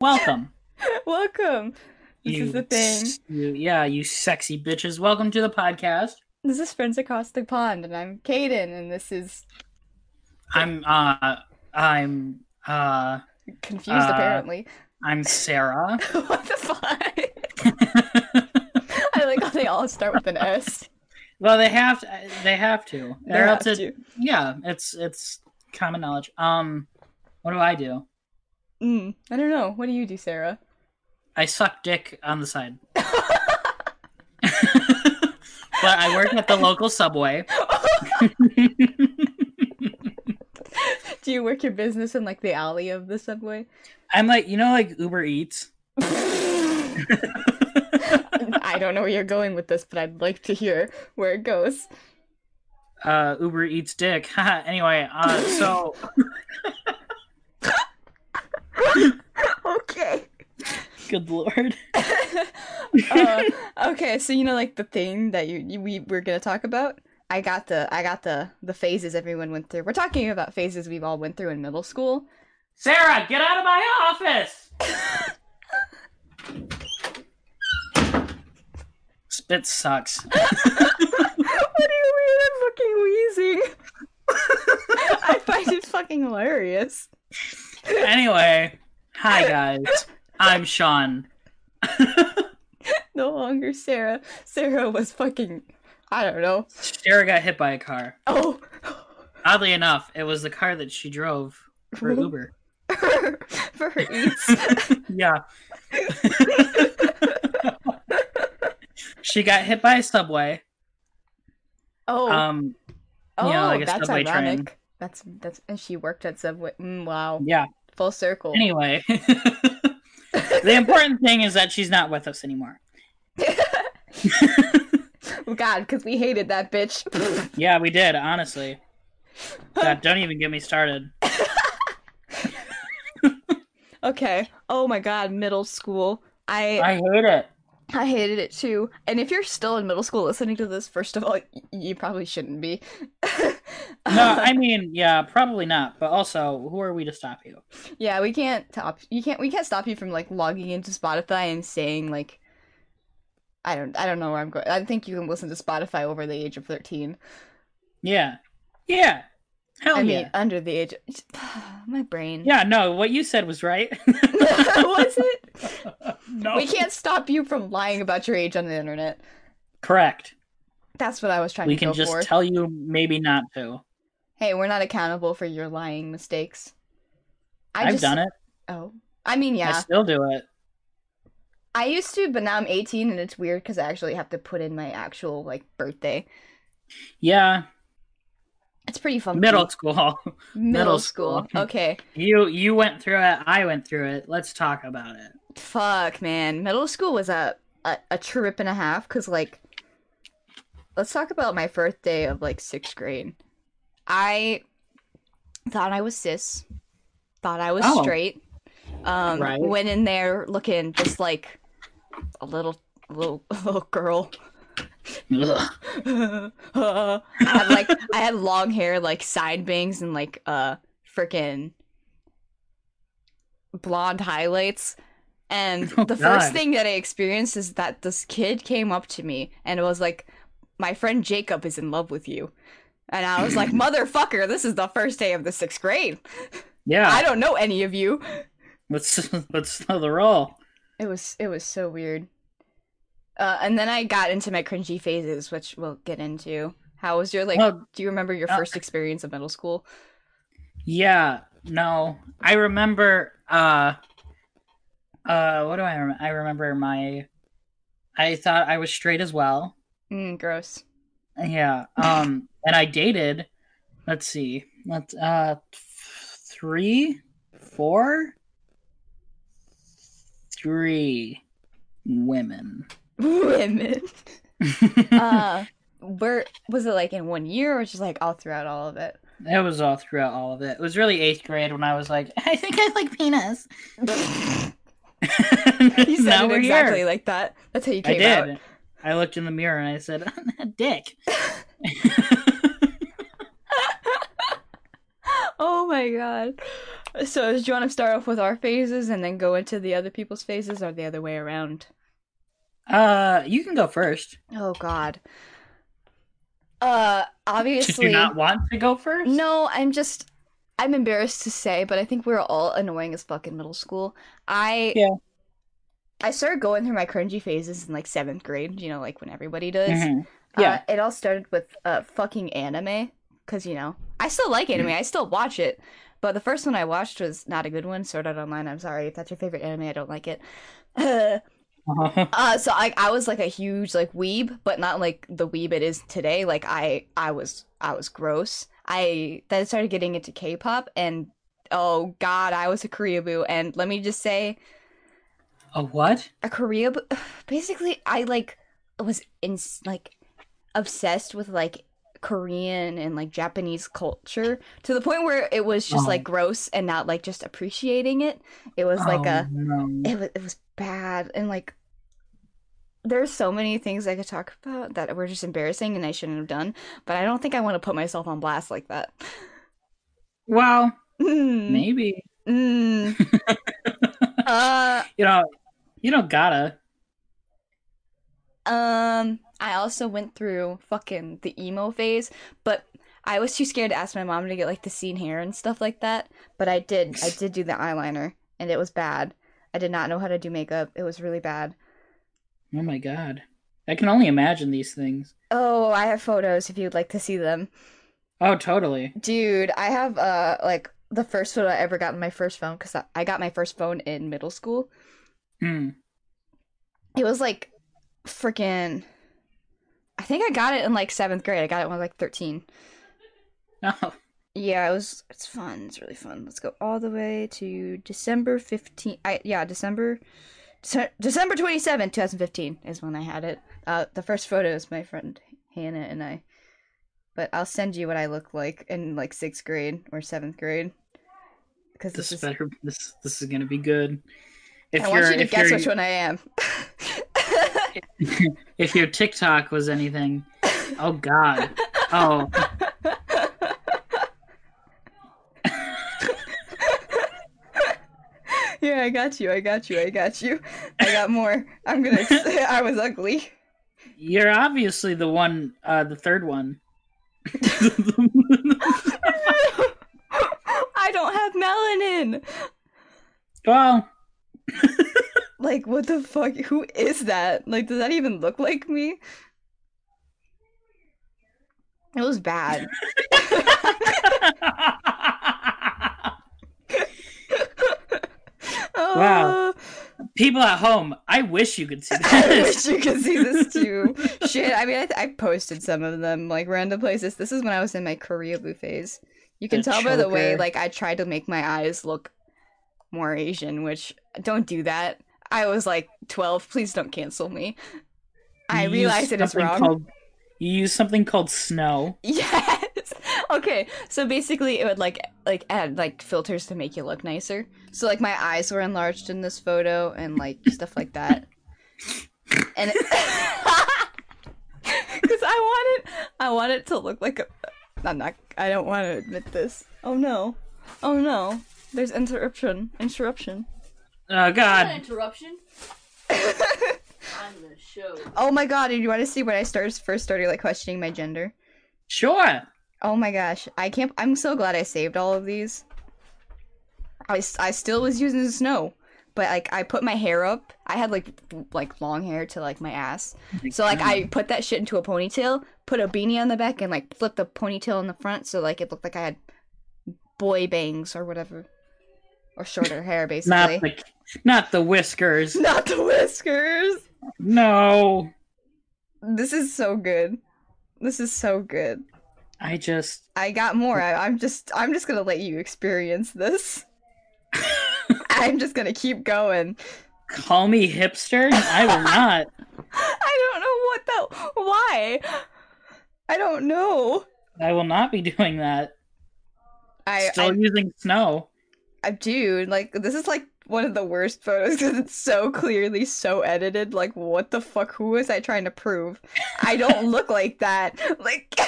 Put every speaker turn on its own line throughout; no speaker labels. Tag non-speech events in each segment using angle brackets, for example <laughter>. welcome.
Welcome. <laughs> This
you,
is the thing.
you- yeah, you sexy bitches. Welcome to the podcast.
This is Friends Across the Pond, and I'm Kaden, and this is
I'm uh I'm uh
confused
Uh,
apparently. <laughs>
I'm Sarah. <laughs>
what the fuck? I like how they all start with an S.
well, they have to, they have to. <laughs> They're
They
up
have
to, yeah. It's it's common knowledge. Um, what do I do?
Mm, I don't know. What do you do, Sarah?
I suck dick on the side.
<laughs>
but I work at the local
<laughs>
subway.
Do you work your business in like the alley of the
<laughs>
subway? <laughs>
I'm like you know like Uber Eats.
I don't know where you're going with this, but I'd like to hear where it goes.
uh uber eats dick <laughs> Haha, anyway uh so
Okay.
<laughs> good lord
uh, okay, so you know, like the thing that you, you we were gonna talk about. I got the I got the the phases everyone went through. We're talking about phases we've all went through in middle school.
sarah get out of my office spit sucks
what do you mean? I'm fucking wheezing. <laughs> I find it fucking hilarious.
anyway hi guys i'm sean
No longer Sarah. Sarah was fucking. I don't know.
sarah got hit by a car
Oh,
oddly enough it was the car that she drove
<laughs>
for uber
for her eats.
yeah <laughs> she got hit by a subway
Oh,
um
oh,
yeah, like a
that's
subway train.
ironic. That's that's and she worked at Subway. Mm, wow,
yeah
full circle.
Anyway, <laughs> the important thing is that she's not with us anymore.
God, because we hated that bitch.
<laughs> Yeah, we did, honestly.
<laughs>
God, don't even get me started.
okay. Oh my God, middle school. I
I hate it.
I hated it too. And if you're still in middle school listening to this, first of all, y- you probably shouldn't be. <laughs>
No, I mean, yeah, probably not. But also, who are we to stop you?
yeah, we can't stop. You can't. We can't stop you from like logging into Spotify and saying like, I don't. I don't know where I'm going. I think you can listen to Spotify over the age of thirteen.
Yeah, yeah, hell
I
Oh, yeah,
mean, under the age. <sighs> my brain. <laughs>
yeah. No, what you said was right. <laughs>
was it?
no,
We can't stop you from lying about your age on the internet.
correct.
That's what I was trying
We
to go
can just
for.
tell you maybe not to.
hey, we're not accountable for your lying mistakes. I
I've
just,
done it.
Oh, I mean,
I
yeah,
still do it.
I used to, but now I'm 18, and it's weird because I actually have to put in my actual like birthday.
Yeah,
It's pretty fun.
middle school. <laughs> middle
school.
school.
okay.
you you went through it. I went through it. Let's talk about it.
Fuck, man. Middle school was a a, a trip and a half because like, let's talk about my first day of like sixth grade. I thought I was cis, thought I was
Oh.
straight. Um,
Right.
went in there looking just like a little little <laughs> little girl.
Ugh.
I had like I had long hair, like side bangs, and like uh freaking blonde highlights. And
<laughs> Oh,
the first
God.
thing that I experienced is that this kid came up to me and was like, "My friend Jacob is in love with you." And I
<laughs>
was like, "Motherfucker, this is the first day of the sixth grade.
Yeah.
I don't know any of you."
Let's <laughs> let's slow the roll.
It was it was so weird. Uh, and then I got into my cringy phases, which we'll get into. How was your like?
Well,
do you remember your
uh,
first experience of middle school?
Yeah, no. I remember uh uh what do I remember? I remember my I thought I was straight as well.
Mm, <laughs> gross.
Yeah. Um and I dated let's see. Let's uh th- 3 4 3 women. <laughs>
Women. <laughs> uh, where was it like in one year, or just like all throughout all of it? <laughs>
It was all throughout all of it. It was really 8th grade when I was like, I think I like penis. <laughs>
<laughs> you said
now
it
we're
exactly
here.
like that. That's how you
I
came
did.
out. <gasps>
I looked in the mirror and I said, <laughs> "Dick."
Oh my god. So, do you want to start off with our phases and then go into the other people's phases, or the other way around?
Uh, you can go first.
Oh God. Uh,
<laughs> Did
obviously.
you not want to go first?
No, I'm just I'm embarrassed to say, but I think we were all annoying as fuck in middle school. I
Yeah.
I started going through my cringy phases in like seventh grade, you know, like when everybody does.
Mhm. Yeah.
Uh, it all started with uh fucking anime, because you know I still like anime,
Mm-hmm.
I still watch it. But the first one I watched was not a good one. Sword Art Online. I'm sorry if that's your favorite anime. I don't like it. <laughs>
Mm-hmm. <laughs> Oh,
Uh, so I I was like a huge like weeb, but not like the weeb it is today. Like I I was I was gross. I then started getting into K-pop, and oh god, I was a Korea boo. And let me just say,
a what?
a Korea boo. <sighs> Basically, I like was in like obsessed with like Korean and like Japanese culture to the point where it was just
Oh.
like gross and not like just appreciating it. It was like
Oh,
a
no.
it was it was bad and like there's so many things I could talk about that were just embarrassing and I shouldn't have done, but I don't think I want to put myself on blast like that.
Well,
Mm,
maybe
mm. uh,
you know you don't gotta.
um, I also went through fucking the emo phase, but I was too scared to ask my mom to get like the scene hair and stuff like that. But I did, I did do the eyeliner, and it was bad. I did not know how to do makeup. It was really bad.
Oh my god, I can only imagine these things.
Oh, I have photos if you'd like to see them.
Oh, totally.
Dude, I have uh like the first photo I ever got on my first phone because I, I got my first phone in middle school.
Hmm. <laughs>
It was like freaking. I think I got it in like seventh grade. I got it when I was like thirteen.
Oh,
Yeah, it was. It's fun. It's really fun. Let's go all the way to December fifteenth. I yeah, December, Dece- December twenty seventh, two thousand fifteen is when I had it. Uh, the first photo is my friend Hannah and I. But I'll send you what I look like in like sixth grade or seventh grade. Because
this
this is
better. This this is gonna be good. If
I want
your
you to
if
guess
your
which one I am. <laughs>
if your TikTok was
<laughs>
anything, oh god. Oh,
yeah, I got you. I got you. I got you. I got more. I'm
<laughs>
gonna. say I was ugly. <laughs>
you're obviously the one. Uh, the third one. <laughs>
I don't have melanin.
well, <laughs>
Like, what the fuck? Who is that? Like, does that even look like me? It was bad. <laughs>
Wow.
Oh,
people at home, I wish you could see
<laughs> I
this.
wish you could see this too. Shit. I mean, I, I posted some of them like random places. This is when I was in my Korea blue phase. You can
The
tell by the way,
choker.
like, I tried to make my eyes look more Asian, which don't do that. I was like 12. Please don't cancel me. I
You
realize
used
it is
something
wrong.
called- you use something called snow.
<laughs> Yes. Okay. So basically, it would like like add like filters to make you look nicer. So like my eyes were enlarged in this photo and like stuff like that. And <laughs> because I want it, I want it to look like a. I'm not. I don't want to admit this. Oh no. Oh no. There's interruption. Interruption.
Oh
An
god.
<laughs>
interruption on the show.
oh my god. Did you want to see when I started first started like questioning my gender?
Sure.
Oh my gosh, I can't. I'm so glad I saved all of these. I, s- I still was using the snow, but like I put my hair up. I had like w- like long hair to like my ass, so like I put that shit into a ponytail, put a beanie on the back, and like flipped the ponytail in the front, so like it looked like I had boy bangs or whatever, or shorter hair
not
basically.
the not the whiskers.
<laughs> Not the whiskers.
No.
This is so good. This is so good.
I just
I got more. I, I'm just I'm just gonna let you experience this. <laughs> I'm just gonna keep going.
call me hipster. I
<laughs>
will not.
I don't know what the why. I don't know.
I will not be doing that.
I,
Still using snow.
I I dude, like this is like one of the worst photos <laughs> because it's so clearly so edited. Like what the fuck? Who was I trying to prove? I don't look like that. Like <laughs>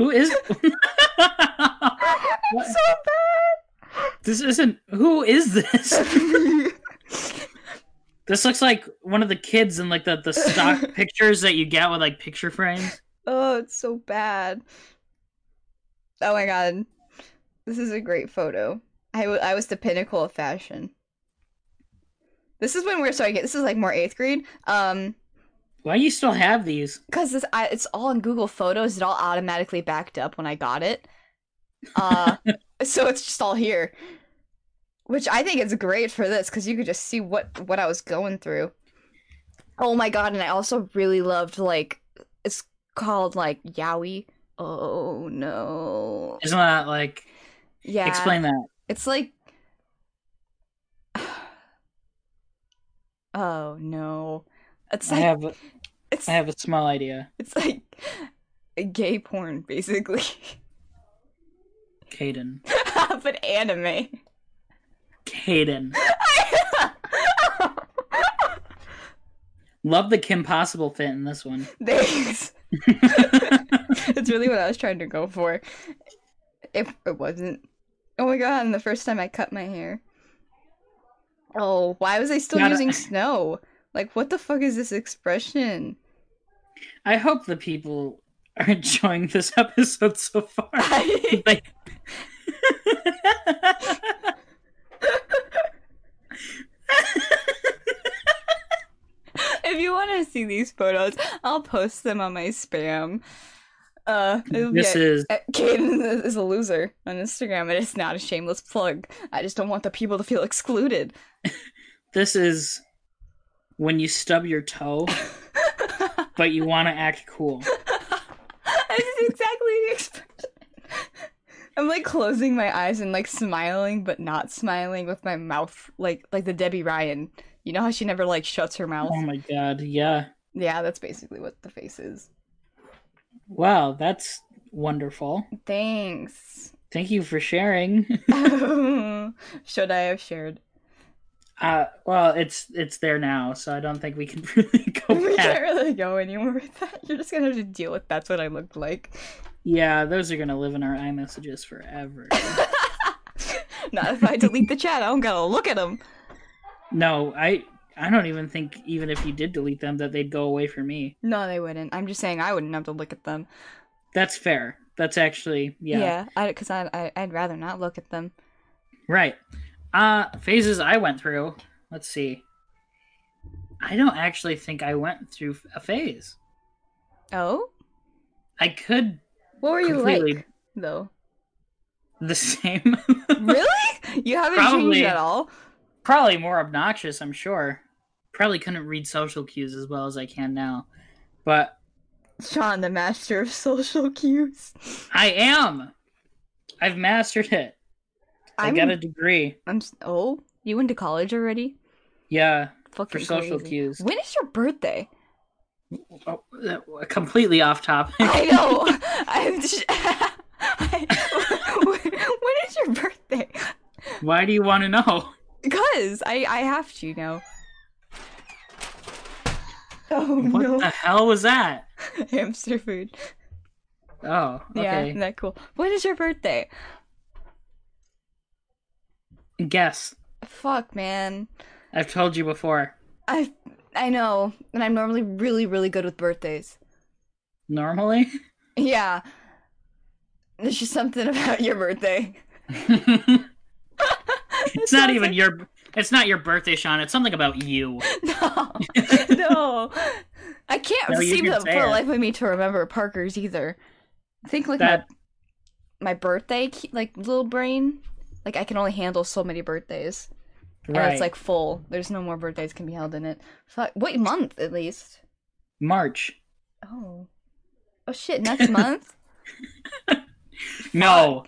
<laughs> Who is?
so bad.
This isn't. Who is this? <laughs>
<laughs>
this looks like one of the kids in like the the
<laughs>
stock pictures that you get with like picture frames.
oh, it's so bad. Oh my god. This is a great photo. I wa- I was the pinnacle of fashion. This is when we're starting it. This is like more eighth grade. Um,
Why do you still have these?
because this I, it's all in Google Photos. It all automatically backed up when I got it.
<laughs>
Uh, so it's just all here, which I think is great for this because you could just see what what I was going through. Oh my god! And I also really loved like it's called like Yowie. Oh no!
Isn't that like
Yeah,
explain that?
it's like. <sighs> Oh no! It's
I
like
have
it's
I have a small idea.
<laughs> it's like gay porn, basically, <laughs>
Caden.
but anime. <laughs>
Caden. Love the Kim Possible fit in this
<laughs>
one.
Thanks. That's really what I was trying to go for. If it wasn't. Oh my god, and the first time I cut my hair. Oh, why was I still
Gotta-
using snow? Like, what the fuck is this expression? <laughs>
I hope the people are enjoying this episode so far.
I-
<laughs> Like-
if you want to see these photos, I'll post them on my spam. Uh, <laughs> it'll be
this
at-
is
at Caden is a loser on Instagram. It is not a shameless plug. I just don't want the people to feel excluded. <laughs>
this is when you stub your toe, but you want to act cool.
This is exactly the expression. I'm like closing my eyes and like smiling, but not smiling with my mouth, like like the Debbie Ryan. You know how she never like shuts her mouth.
Oh my god, yeah.
Yeah, that's basically what the face is.
Wow, that's wonderful.
Thanks. <laughs>
Thank you for sharing. <laughs>
Should I have shared? <laughs>
Uh, well, it's it's there now, so I don't think we can <laughs> really
we
go
can't
back.
really go anywhere with that. You're just gonna have to deal with that's what I looked like.
Yeah, those are gonna live in our iMessages forever.
<laughs> Not if I delete the chat. I don't gotta look at them.
no, I I don't even think even if you did delete them that they'd go away for me.
No, they wouldn't. I'm just saying I wouldn't have to look at them.
That's fair. That's actually yeah.
Yeah, because I, I, I'd rather not look at them.
Right. Uh phases I went through. Let's see. I don't actually think I went through a phase.
Oh,
I could
what were you
completely
like though? <laughs>
the <laughs> same.
really? You haven't
Probably.
changed at all.
Probably more obnoxious, I'm sure. Probably couldn't read social cues as well as I can now. But
Sean, the master of social cues.
I am. I've mastered it. i
I'm,
got a degree.
I'm. s- Oh, you went to college already?
Yeah, for
Fucking
social
crazy.
cues.
When is your <laughs> birthday?
Oh, uh, completely off topic.
<laughs> I know. I'm just, <laughs> I, <laughs> when when is your birthday?
Why do you want to know?
Oh, Because I, I have to know. Oh
What
no,
the hell was that?
<laughs> hamster food.
Oh,
Yeah,
okay.
isn't that cool? When is your birthday?
Guess.
Fuck, man.
I've told you before.
I I know, and I'm normally really really good with birthdays.
Normally? <laughs>
Yeah, there's just something <laughs> about your birthday.
it's
It's
not even your it's not your birthday, Sean. It's something about you.
<laughs>
<laughs>
No, no. I can't
No, you
seem
can
to
say
for the
it.
life of me to remember Parker's either. I think like
That
my my birthday, ke- like little brain, like I can only handle so many birthdays, and
right.
it's like full. There's no more birthdays can be held in it. Fuck, wait, month at least.
March.
Oh, oh
<laughs>
shit, next month.
No.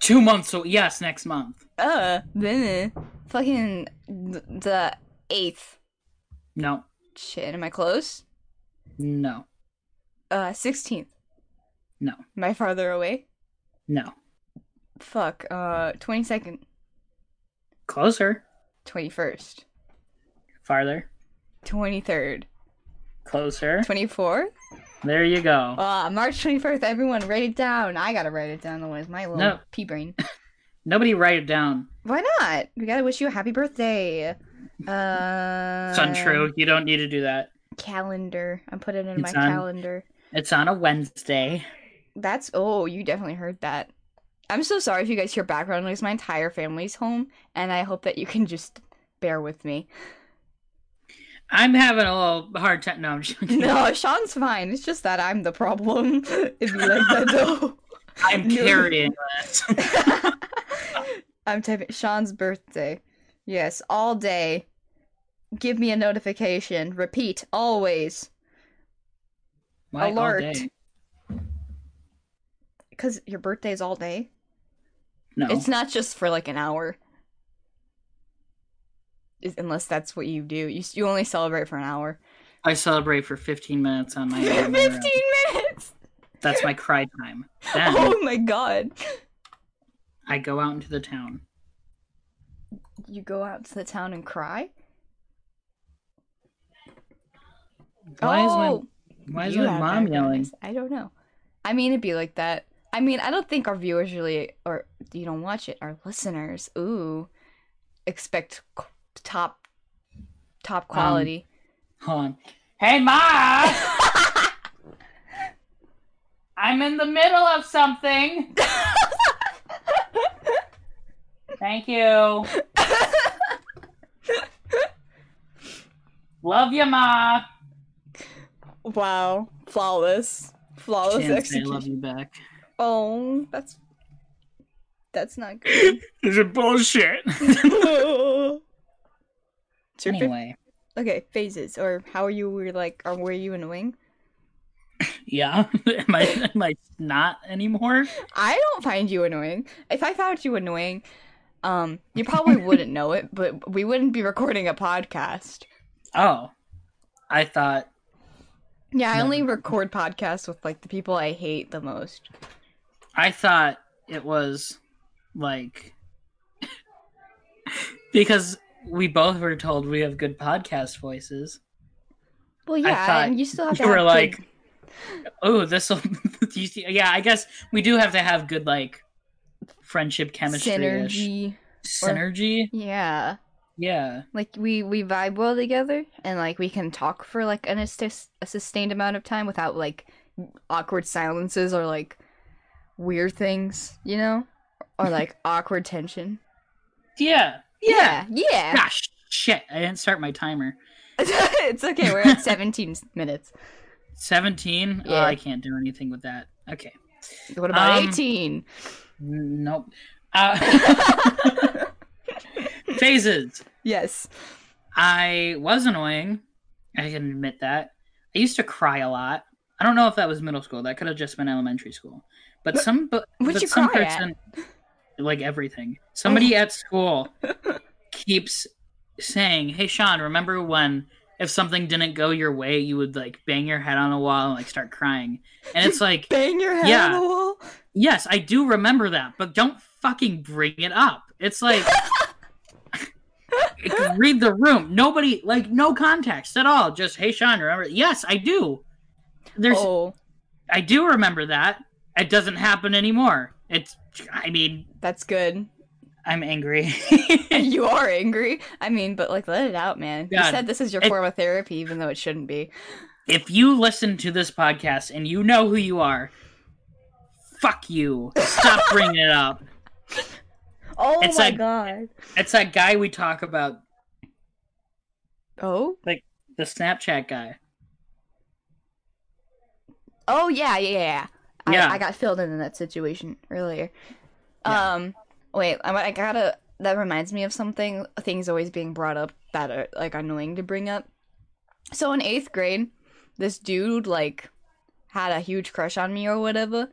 Two months so yes, next month.
Uh, then uh, fucking th- the eighth.
No.
Shit, am I close?
No.
Uh, sixteenth.
No.
Am I farther away?
No.
Fuck. Uh, twenty second.
Closer.
21st,
Farther.
23rd,
Closer.
24th.
There you go.
Ah, Uh, March 21st, everyone write it down. I gotta write it down, otherwise my little
No.
pea brain.
Nobody write it down.
Why not? We gotta wish you a happy birthday. Uh,
It's untrue. You don't need to do that.
Calendar. I'm putting it in my
It's on-
calendar.
It's on a Wednesday.
That's oh, you definitely heard that. I'm so sorry if you guys hear background noise. My entire family's home, and I hope that you can just bear with
<laughs>
me.
I'm having a little hard time. No, I'm joking.
No, Sean's fine. It's just that I'm the problem. <laughs> if you let that
<laughs>
know.
I'm
No.
carrying this.
<laughs> I'm typing Sean's birthday. Yes, all day. Give me a notification. Repeat always.
Why all
Alert.
day?
Because your birthday's all day.
No.
It's not just for like an hour. Is- Unless that's what you do. You, s- you only celebrate for an hour.
I celebrate for 15 minutes
<laughs>
on my
15
own.
minutes!
<laughs> That's my cry time. Then
Oh my god.
I go out into the town.
You go out to the town and cry?
Why
oh,
is my Why is
you
my
have
mom
background
yelling?
noise. I don't know. I mean, it'd be like that. I mean, I don't think our viewers really, or you don't watch it, our listeners, ooh, expect qu- top, top
Um. <laughs>
quality.
Hold on. Hey, Ma! I'm in the middle of something. Thank you. Love you, Ma.
wow, flawless, flawless
Chance, I love you back.
Oh, that's that's <laughs> not good.
This is bullshit.
it's your fif-
anyway,
okay phases, or how you were like, or were you annoying?
yeah. <laughs> am, I, am I not anymore?
I don't find you annoying. If I found you annoying, um, you <laughs> probably wouldn't know it, but we wouldn't be recording a podcast.
Oh. I thought,
Yeah, I
No.
only record podcasts with like the people I hate the most.
I thought it was like. <laughs> because we both were told we have good podcast voices.
Well,
I
yeah,
thought
and you still have to.
you <laughs> were
have
like-
good-
Oh, this will. <laughs> yeah, I guess we do have to have good, like, friendship chemistry. Synergy.
synergy.
Synergy?
Yeah,
Yeah.
like we we vibe well together, and like we can talk for like an astis- a sustained amount of time without like awkward silences or like weird things, you know,
<laughs>
or like awkward tension.
Yeah. Yeah.
yeah. yeah.
Gosh, shit. I didn't start my timer.
<laughs> it's okay. We're at 17 minutes.
17? Oh,
Yeah.
I can't do anything with that. Okay.
What about
Um, <laughs>
18?
N- Nope. Uh, <laughs> phases.
<laughs> Yes.
I was annoying. I can admit that. I used to cry a lot. I don't know if that was middle school. That could have just been elementary school. But some, but,
what'd
but
you
some
cry at? Oh.
person, like everything. Somebody at school
<laughs>
keeps saying, "Hey, Sean, remember when if something didn't go your way, you would like bang your head on the wall and like start crying?" And it's like,
Bang your head
Yeah.
on the wall.
Yes, I do remember that, but don't fucking bring it up. It's like <laughs> read the room. Nobody like no context at all. Just hey Sean, remember? Yes, I do. There's
Oh,
I do remember that. It doesn't happen anymore. It's I mean, <laughs>
that's good. <laughs>
I'm angry. <laughs>
You are angry. I mean, but like, let it out, man. You
God.
said this is your
It-
form of therapy, even though it shouldn't be.
if you listen to this podcast and you know who you are, fuck you. Stop bringing it up.
Oh
It's
my
like-
god.
It's that guy we talk about,
Oh.
the Snapchat guy.
Oh yeah, yeah, yeah. I,
Yeah.
I got filled in in that situation earlier.
Yeah.
Um, wait, I, I gotta. That reminds me of something. Things always being brought up that are like annoying to bring up. So in eighth grade, this dude like had a huge crush on me or whatever,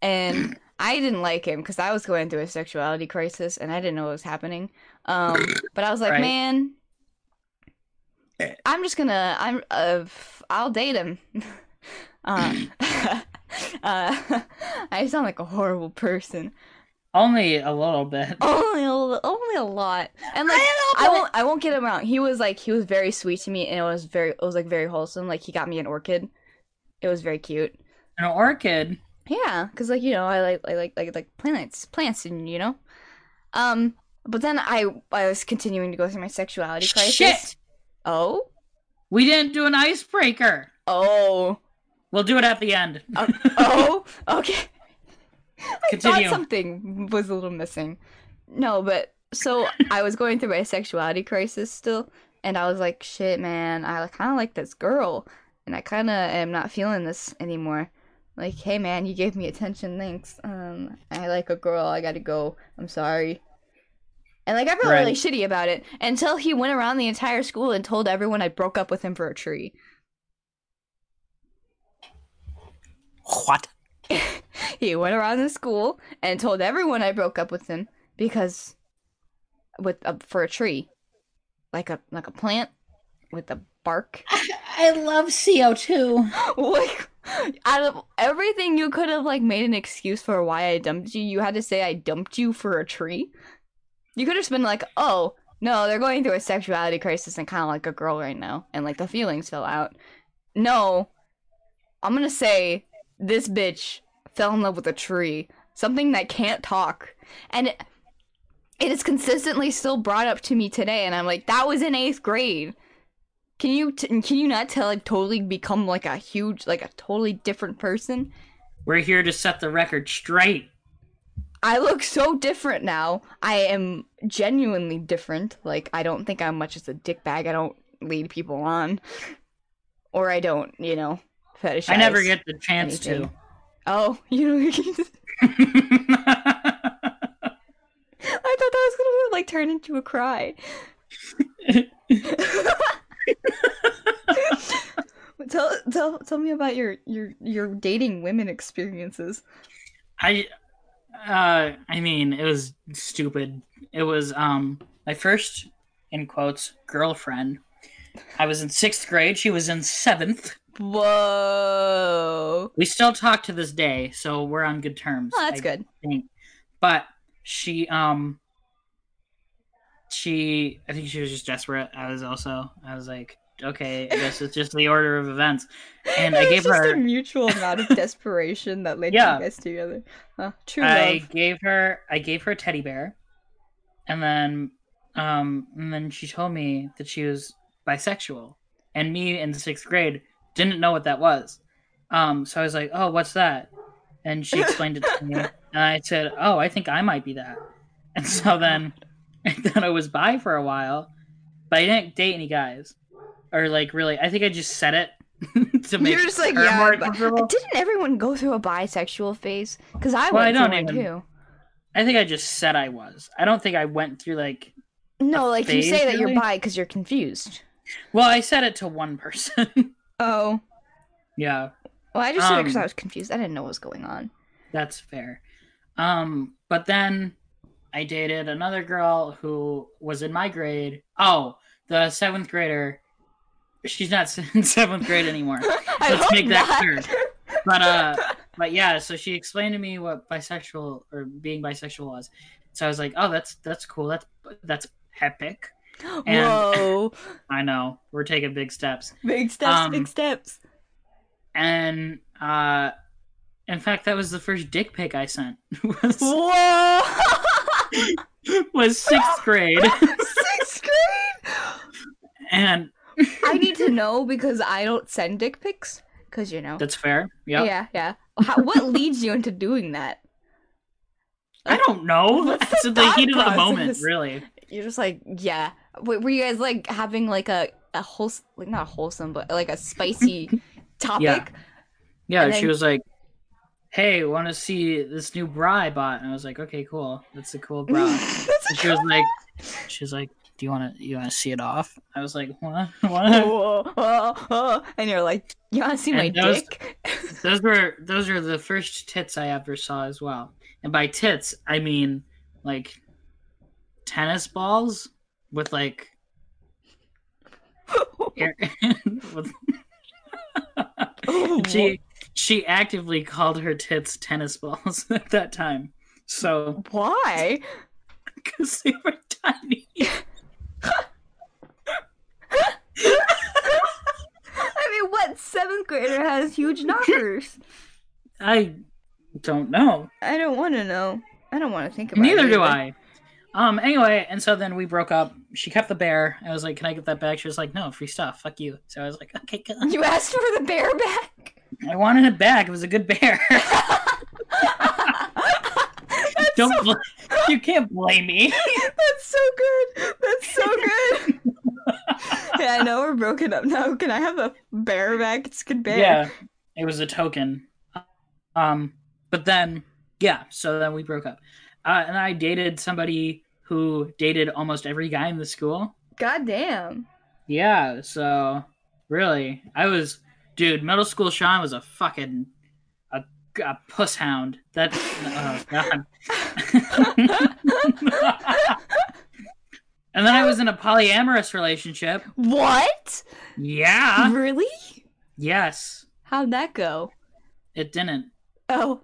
and I didn't like him because I was going through a sexuality crisis and I didn't know what was happening. Um, but I was like,
Right.
man, I'm just gonna I'm uh, f- I'll date him. <laughs> uh, <laughs> uh, <laughs> I sound like a horrible person. <laughs>
Only a little bit.
Only a, li- only a lot, and like I won't I won't get him wrong. He was like he was very sweet to me, and it was very it was like very wholesome. Like he got me an orchid. It was very cute.
An orchid.
Yeah, because like you know I like I like like like plants plants and you know, Um, but then I I was continuing to go through my sexuality crisis.
Shit!
Oh.
We didn't do an icebreaker.
Oh.
We'll do it at the end.
Uh, <laughs> oh. Okay. I
Continue.
thought something was a little missing. No, but so I was going through my sexuality crisis still, and I was like, shit, man, I kind of like this girl, and I kind of am not feeling this anymore. Like, hey, man, you gave me attention, thanks. Um, I like a girl, I gotta go. I'm sorry. And like, I felt
Right.
really shitty about it until he went around the entire school and told everyone I broke up with him for a tree.
What?
he went around the school and told everyone I broke up with him because with a, for a tree, like a like a plant with a bark.
<laughs> I love CO2.
<laughs> like out of everything you could have like made an excuse for why I dumped you, you had to say I dumped you for a tree. You could have just been like, "Oh, no, they're going through a sexuality crisis and kind of like a girl right now, and like the feelings fell out." No, I'm gonna say this bitch fell in love with a tree, something that can't talk, and it, it is consistently still brought up to me today, and I'm like, "That was in eighth grade." Can you t- can you not tell I've totally become like a huge like a totally different person?
We're here to set the record straight.
I look so different now. I am genuinely different. Like I don't think I'm much as a dickbag. I don't lead people on, or I don't, you know, fetishize.
I never get the chance
anything. Oh, <laughs> you know, I thought
to. <laughs>
that was gonna like turn into a cry. <laughs> tell tell tell me about your your your dating women experiences.
I uh I mean it was stupid. It was um my first in quotes girlfriend. I was in 6th grade, she was in 7th.
Whoa.
We still talk to this day, so we're on good terms.
Well, Oh, that's
I
good.
Think. But she um she I think she was just desperate. I was also I was like okay, I guess it's just the order of events.
<laughs>
And I
It's
gave
just
her
a mutual
<laughs>
amount of desperation that led
Yeah.
you guys together. Huh. True
I
love.
gave her I gave her a teddy bear, and then um and then she told me that she was bisexual, and me in sixth grade didn't know what that was, um so I was like oh what's that, and she explained it to
<laughs>
me, and I said oh I think I might be that, and <laughs> so then I thought I was bi for a while, but I didn't date any guys, or like really I think I just said it <laughs> to make
You're just like
her
yeah.
more
I'm bi-"
comfortable.
Didn't everyone go through a bisexual phase? Because I
Well, I
went
don't
through
even-
one too.
I think I just said I was. I don't think I went through like
No,
a
like you
phase,
say that you're
really?
bi because you're confused.
Well, I said it to one person. <laughs>
Oh.
yeah,
Well, I just said it because
Um,
I was confused. I didn't know what was going on.
that's fair. Um, but then I dated another girl who was in my grade. Oh, the seventh grader. She's not <laughs> in seventh grade anymore.
<laughs> I
<laughs> Let's
hope
make that
not.
But uh, but yeah. So she explained to me what bisexual or being bisexual was. So I was like, oh, that's that's cool. That's that's epic.
<laughs>
And-
Whoa.
I know we're taking big steps.
Big steps,
Um,
big steps.
And uh, in fact, that was the first dick pic I sent. <laughs> was-
Whoa. <laughs>
was sixth grade,
Sixth grade.
and
I need to know because I don't send dick pics. Because you know.
that's fair. Yep. Yeah,
Yeah, yeah. How, what leads you into doing that?
I don't know.
What's
It's
the
the heat of
thought
the moment,
process?
really.
You're just like, yeah. Wait, were you guys like having like a a wholes like not wholesome, but like
<laughs>
a spicy topic?
Yeah,
And
she
then-
was like, "Hey, want to see this new bra I bought?" And I was like, "Okay, cool. That's a cool
<laughs>
bra."
That's
and she was like, "She was like, do you want to you want to see it off?" I was like, "What? <laughs> What?"
<laughs> Whoa, whoa, whoa. And you're like, you want to see my
And those-
dick?
those were those are the first tits I ever saw as well. And by tits, I mean like tennis balls with like air, <laughs> with she she actively called her tits tennis balls <laughs> at that time. So
<laughs>
<laughs>
Why?
because they were tiny,
I mean, what seventh grader
<laughs>
has huge knockers?
I don't know.
I don't want to know. I don't want to think about it.
Neither do I.
either.
Um. Anyway, and so then we broke up. She kept the bear. I was like, "Can I get that back?" She was like, "No, free stuff. Fuck you." So I was like, "Okay, good.
You asked for the bear back.
I wanted it back. It was a good bear.
<laughs>
<laughs>
That's
Don't
<laughs> so-
bl- you can't blame me."
That's so <laughs> good. That's
<laughs>
so good. yeah, I know we're broken up now. Can I have a bear back? It's a good bear.
Yeah, it was a token. Um, but then yeah, so then we broke up, uh, and I dated somebody who dated almost every guy in the school. <laughs>
God damn.
Yeah, so really, I was, dude, middle school Sean was a fucking a, a puss hound. That oh god. <laughs> and then I was in a polyamorous relationship.
What?
Yeah.
Really?
Yes.
How'd that go?
It didn't.
Oh,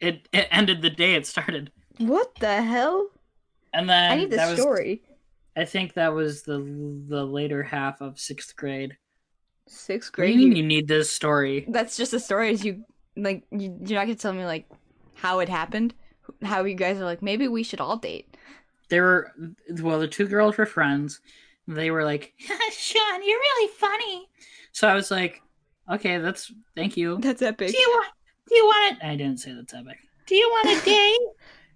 It it ended the day it started.
what the hell?
And then
I need
that
the
was,
story.
I think that was the the later half of sixth grade.
Sixth
What do
grade.
you mean
you-
you need this story?
That's just the story. Is you like you, you're not gonna tell me like how it happened? How you guys are like maybe we should all date?
They were well, the two girls were friends. They were like, <laughs> "Sean, you're really funny." So I was like, "Okay, <laughs> that's thank you."
That's epic.
Do you want? Do you want it? I didn't say that's epic. Do you <laughs> want a date?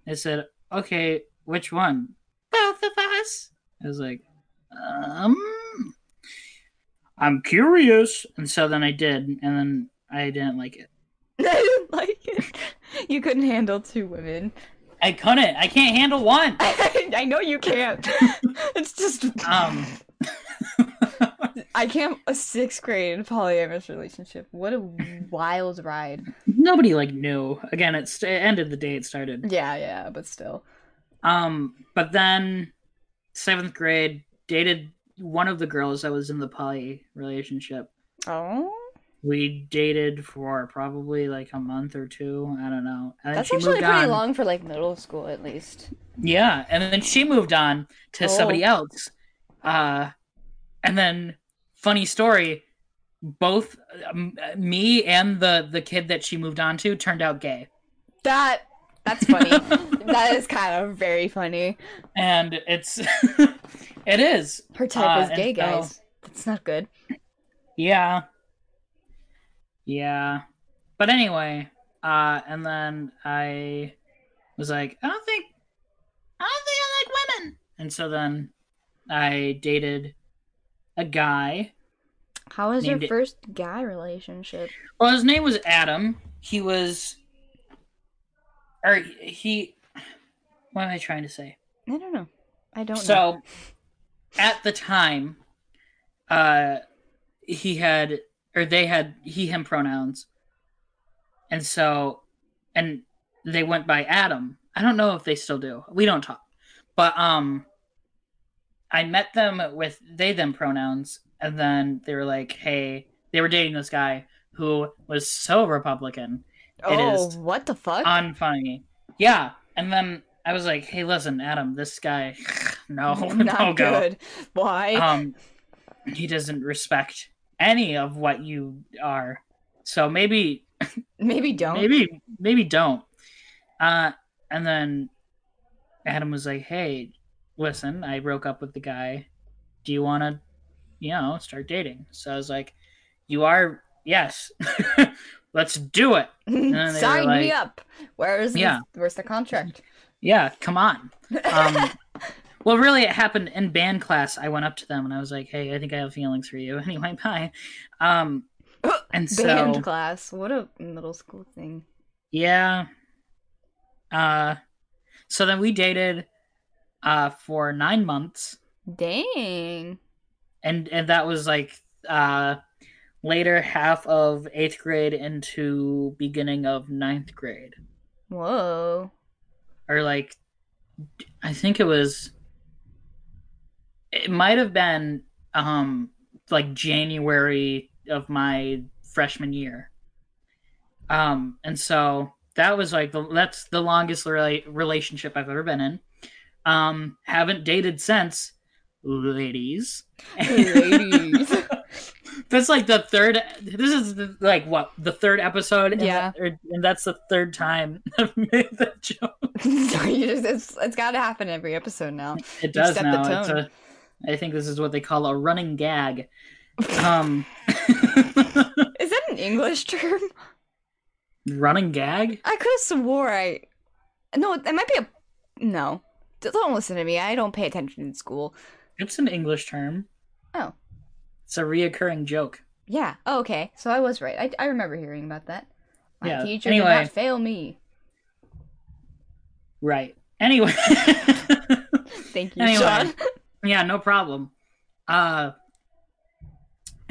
I said, "Okay, which one?" Both of us. I was like, um, I'm curious, and so then I did, and then I didn't like it.
I didn't <laughs> like <laughs> it. You couldn't handle two women. <laughs>
I couldn't. I can't handle one.
I know you can't. <laughs> it's just
Um,
I can't a sixth grade in a polyamorous relationship. What a wild ride.
nobody like knew. Again, it, st- it ended the day it started.
Yeah, yeah, but still.
Um, but then seventh grade dated one of the girls that was in the poly relationship.
Oh,
We dated for probably like a month or two. I don't know. And then
that's
she
actually
moved
pretty
on.
long for like middle school, at least.
Yeah, and then she moved on to
Oh.
somebody else. Uh, and then funny story, both um, me and the the kid that she moved on to turned out gay.
That that's
<laughs>
funny. that is kind of very funny.
and it's <laughs> it is
Her type
Uh,
is gay,
and so-
guys. That's not good.
yeah yeah but anyway uh and then i was like i don't think i don't think i like women and so then i dated a guy
How was
your
your
Named it-
first guy relationship?
well his name was adam he was or he what am i trying to say
I don't know. I don't know.
so at the time uh he had or they had he him pronouns and so and they went by adam i don't know if they still do we don't talk but um i met them with they them pronouns and then they were like hey they were dating this guy who was so republican it
oh,
is.
what the fuck? <laughs>
unfunny. Yeah, and then I was like, "Hey, listen, Adam, this guy, <sighs> no, <laughs>
not
no go.
good. Why?
Um, he doesn't respect any of what you are. So maybe,
maybe don't. <laughs>
maybe, maybe don't." Uh, and then Adam was like, "Hey, listen, I broke up with the guy. Do you want to, you know, start dating?" So I was like, "You are, yes. <laughs> Let's do it." then uh, they were
Sign me
like-
up. Where is
Yeah.
this, where's the contract?
Yeah, come on.
<laughs>
Um, well, really, it happened in band class. I went up to them and I was like, "Hey, I think I have feelings for you." <laughs> Anyway, bye.
<gasps>
Um, and so,
Band class. What a middle school thing.
yeah. Uh, so then we dated uh, for nine months,
Dang.
and and that was like uh, later half of eighth grade into beginning of ninth grade,
Whoa.
or like, I think it was. It might have been um like January of my freshman year. Um, and so that was like the, that's the longest rela- relationship I've ever been in. Um, haven't dated since, ladies. <laughs>
Ladies. <laughs>
that's like the third. This is the, like what the third episode. and
Yeah.
<laughs> that- or- and that's the third time I've made that joke.
so you just it's, it's got to happen every episode now.
It does
set the
now. It's
tone.
a, I think this is what they call a running
<laughs>
gag. Um, <laughs>
Is that an English term?
running gag?
I could have swore I. No, it might be a. No, D- don't listen to me. I don't pay attention in school.
It's an English term.
Oh.
It's a reoccurring joke.
Yeah. Oh, okay. So I was right. I, I remember hearing about that. My
Yeah,
teacher did
anyway.
not fail me.
Right. Anyway. <laughs>
Thank you,
Anyway.
Sean.
yeah, no problem. Uh.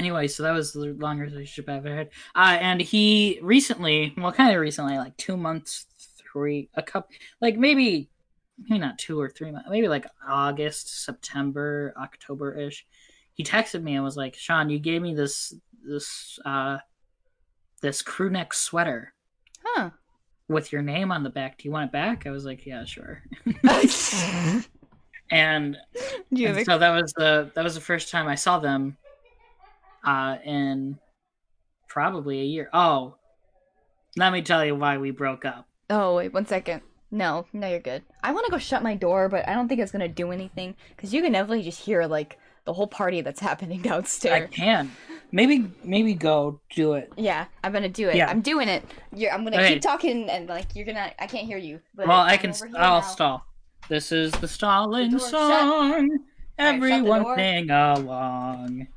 Anyway, so that was the longest relationship I've ever had. Uh, and he recently, well, kind of recently, like two months, three, a couple, like maybe, maybe not two or three months, maybe like August, September, October ish. He texted me and was like, "Sean, you gave me this this uh this crew neck sweater
Huh. <laughs>
with your name on the back. Do you want it back?" I was like, "Yeah, sure." And
Do you have
and
a
so that was the that was the first time I saw them uh in probably a year. Oh. Let me tell you why we broke up.
Oh, wait, one second. No, no, you're good. I want to go shut my door, but I don't think it's going to do anything because you can definitely just hear, like, the whole party that's happening <laughs>
I
downstairs.
can. Maybe maybe go do it.
Yeah, I'm going to do it.
Yeah.
I'm doing it. You're, I'm going to
Okay.
keep talking, and, like, you're going to. I can't hear you. But
well, I
I'm
can
over here
I'll
now.
stall. This is the stalling
The door, shut.
song.
shut the
Everyone
door.
sing along.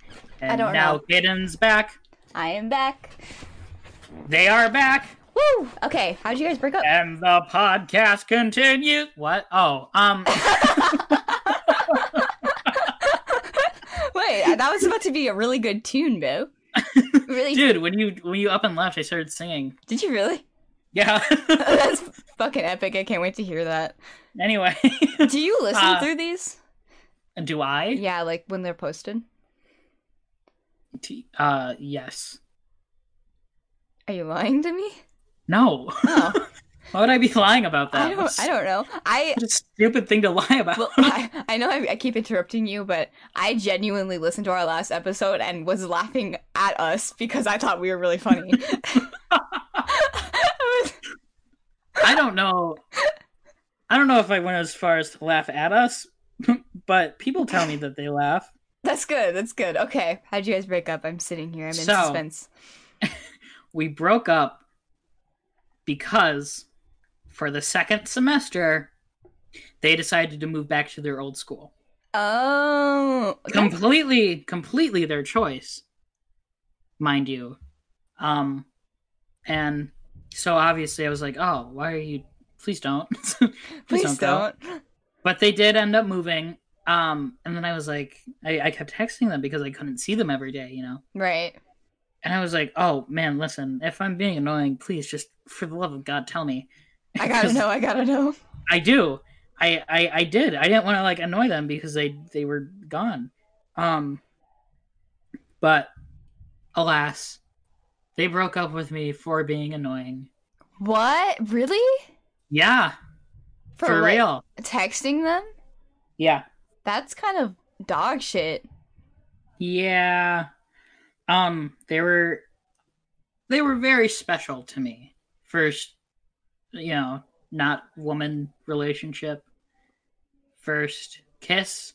And
don't
now
know.
Kitten's back.
I am back.
They are back.
Woo! Okay, how'd you guys break up?
And the podcast continues. What? Oh,
<coughs>
um
Wait, that was about to be a really good
<laughs>
tune, Bo. really?
dude, when you when you up and left, I started singing.
Did you really? <laughs>
Yeah. <laughs>
That's fucking epic. I can't wait to hear that.
anyway, <laughs>
Do you listen
Uh,
through these?
do I?
Yeah, like when they're posted.
T- Uh, yes.
Are you lying to
<laughs>
me?
No.
Oh.
Why would I be lying about that?
I don't. I don't know. I
It's a stupid thing to lie about.
well, <laughs> I, I know I, I keep interrupting you, but I genuinely listened to our last episode and was laughing at us because I thought we were
<laughs>
really funny. <laughs> I was-
<laughs> I don't know. I don't know if I went as far as to laugh at us, <laughs> but people tell me that they laugh.
that's good. That's good. Okay, how'd you guys break up? I'm sitting here. I'm in
So-
suspense.
We broke up because for the second semester, they decided to move back to their old school.
Oh, okay.
completely completely their choice mind you um and so obviously i was like oh why are you please don't <laughs> please,
please
go."
don't.
but they did end up moving um and then i was like I, I kept texting them because i couldn't see them every day you know
Right.
and i was like oh man listen if i'm being annoying please just for the love of god tell me
I gotta
'Cause
know. I gotta know.
<laughs> I do. I, I I did. I didn't want to like annoy them because they they were gone. Um but alas, they broke up with me for being annoying.
What? Really?
Yeah, for,
what?
real.
Texting them?
Yeah.
That's kind of dog shit.
Yeah. Um they were they were very special to me. First, you know, not woman relationship. First kiss.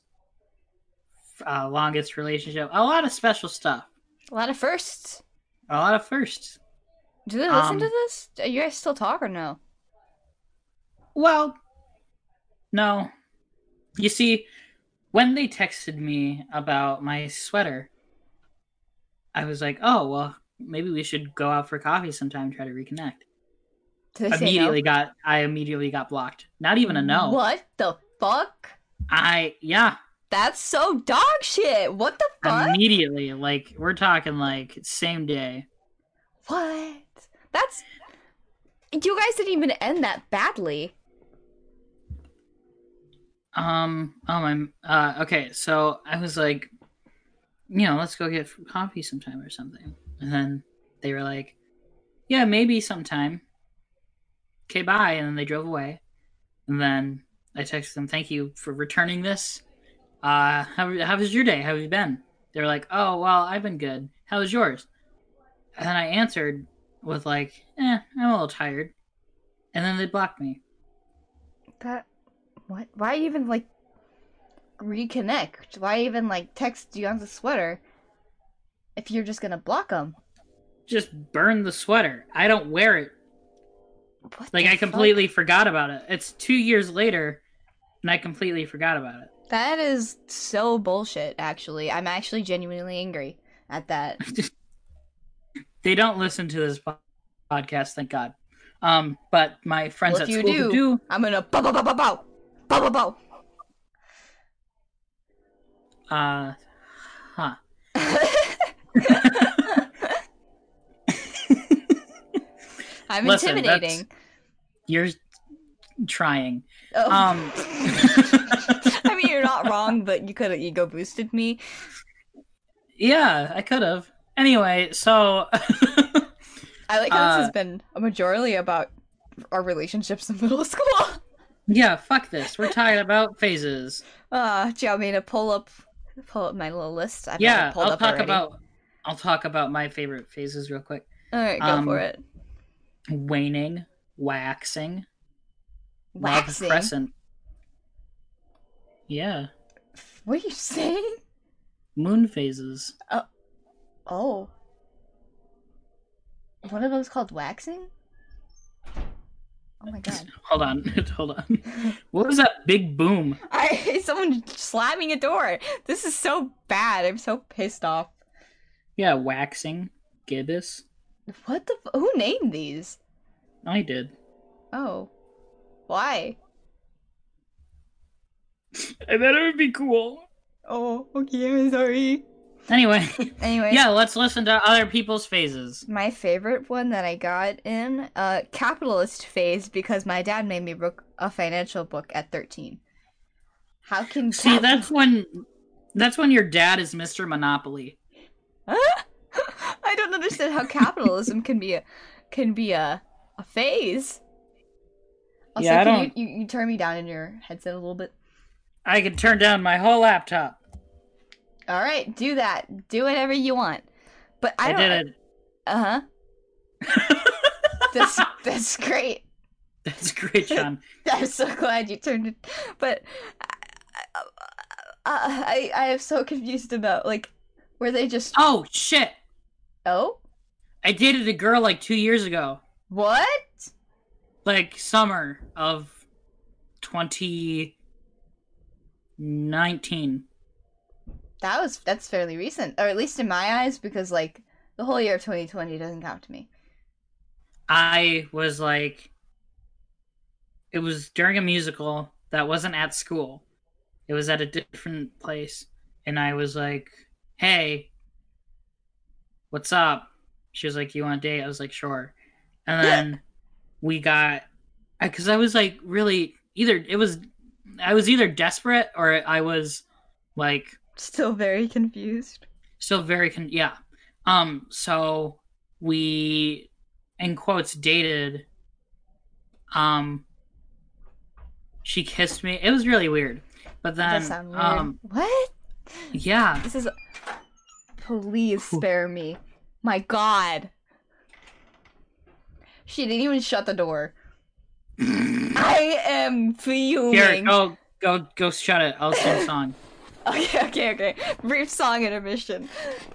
Uh, longest relationship. A lot of special stuff.
A lot of firsts.
A lot of firsts.
Do they listen
Um,
to this? Do you guys still talk or no?
Well, no. You see, when they texted me about my sweater, I was like, oh, well, maybe we should go out for coffee sometime and try to reconnect.
Do they
immediately
say
got, I immediately got blocked. Not
no?
even a no.
What the fuck?
I, yeah,
That's so dog shit. What the fuck?
immediately. Like, we're talking like same day.
what? That's. You guys didn't even end that badly.
Um. Oh my. Uh. Okay. So I was like, you know, let's go get coffee sometime or something. And then they were like, yeah, maybe sometime. Okay, bye. And then they drove away. And then I texted them, thank you for returning this. Uh, how how was your day? How have you been? They were like, oh well, I've been good. How was yours? And then I answered with like, eh, I'm a little tired. And then they blocked me.
that what? Why even like reconnect? Why even like text Dion's a sweater if you're just gonna block him?
Just burn the sweater. I don't wear it.
What
Like
the
I
fuck?
completely forgot about it. It's two years later, and I completely forgot about it.
That is so bullshit. Actually, I'm actually genuinely angry at that.
They don't listen to this po- podcast, thank God. Um, but my friends
Well,
at
if you
school who
do-
do
I'm gonna bow bow bow bow bow bow bow bow.
Uh, huh.
<laughs> I'm
Listen,
intimidating.
You're trying.
Oh.
Um,
<laughs>
<laughs>
I mean, you're not wrong, but you could have ego boosted me.
yeah, I could have. Anyway, so <laughs>
I like how
Uh,
this has been a majority about our relationships in middle <laughs> school.
yeah, fuck this. We're talking about phases.
Uh, do you want me to pull up, pull up my little list? I've got it
yeah,
pulled
I'll
up
talk
already.
about. I'll talk about my favorite phases real quick.
All right, go
um,
for it.
Waning, waxing, love
Waxing.
crescent. Yeah,
What are you saying?
moon phases.
Oh, one of those called waxing. Oh my god!
Hold on, <laughs> hold on. What was that big boom?
I someone slamming a door. This is so bad. I'm so pissed off.
Yeah, waxing, gibbous.
What the? F- who named these?
I did.
Oh, why?
I thought it would be cool.
Oh, okay. I'm sorry.
Anyway,
Anyway,
yeah, let's listen to other people's phases.
my favorite one that I got in uh capitalist phase because my dad made me book a financial book at 13. How can
See,
cap-
that's when that's when your dad is Mr. Monopoly.
<laughs> I don't understand how capitalism can be a can be a a phase. Also,
Yeah, I
can you, you you turn me down in your headset a little bit?
I could turn down my whole laptop.
All right, do that. Do whatever you want. But I
I,
don't.
did it. <laughs>
Uh huh. that's that's great.
That's great, Sean.
I'm so glad you turned it. But I, I, I am so confused about like, were they just
Oh shit.
oh
I dated a girl like two years ago.
what?
Like summer of twenty nineteen.
That was that's fairly recent, or at least in my eyes, because like the whole year of 2020 doesn't count to me. <laughs>
I was like it was during a musical that wasn't at school. It was at a different place and I was like, "Hey, what's up?" She was like, "You want a date?" I was like, "Sure." And then we got cuz I was like really either it was I was either desperate or I was like
Still very confused.
still very con- yeah um so we in quotes dated um she kissed me it was really weird but then
that sound weird.
um
what?
yeah
This is. Please spare me. My God. She didn't even shut the
<laughs>
door. I am fuming.
here go oh, go go shut it i'll sing a song
Okay, okay, okay. Brief song intermission.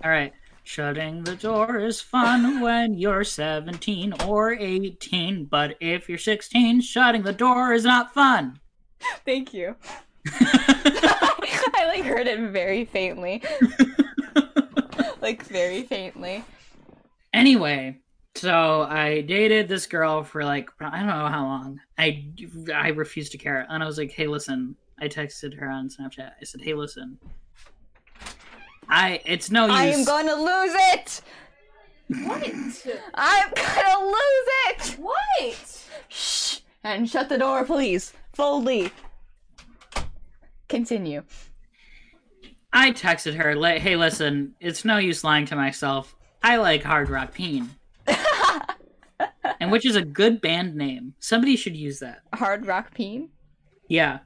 all right shutting the door is fun when you're 17 or 18 but if you're 16 shutting the door is not fun <laughs>
Thank you. <laughs> I like heard it very
<laughs>
faintly. like very faintly.
anyway so i dated this girl for like i don't know how long i i refused to care and i was like hey listen i texted her on snapchat i said hey listen i it's no
I
use
am gonna lose it.
What?
I'm gonna lose it.
What?
Shh. And shut the door, please. Foldy. <laughs> Continue.
i texted her like hey listen it's no use lying to myself i like hard rock peen and which is a good band name somebody should use that
Hard rock peen.
Yeah.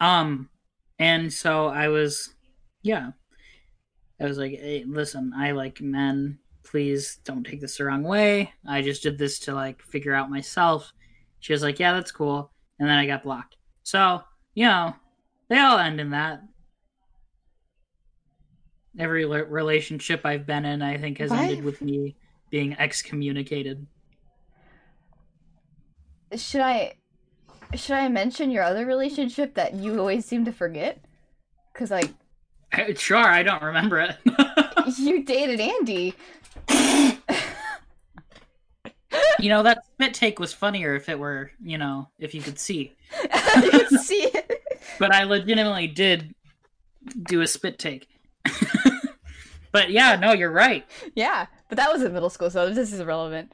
Um, and so I was, yeah, I was like, hey, listen, I like men. Please don't take this the wrong way. I just did this to like figure out myself. She was like, yeah, that's cool. and then I got blocked. So, you know, they all end in that. Every le- relationship I've been in, I think, has
Why-
ended with me being excommunicated. <laughs>
Should I should I mention your other relationship that you always seem to forget? Cuz <laughs> like
Sure, I don't remember it. <laughs>
you dated <laughs> Andy.
you know, that spit take was funnier if it were, you know, if you could see.
you can see it.
but I legitimately did do a spit take. <laughs> but yeah, no, you're right.
Yeah, but that was in middle school, so this is irrelevant.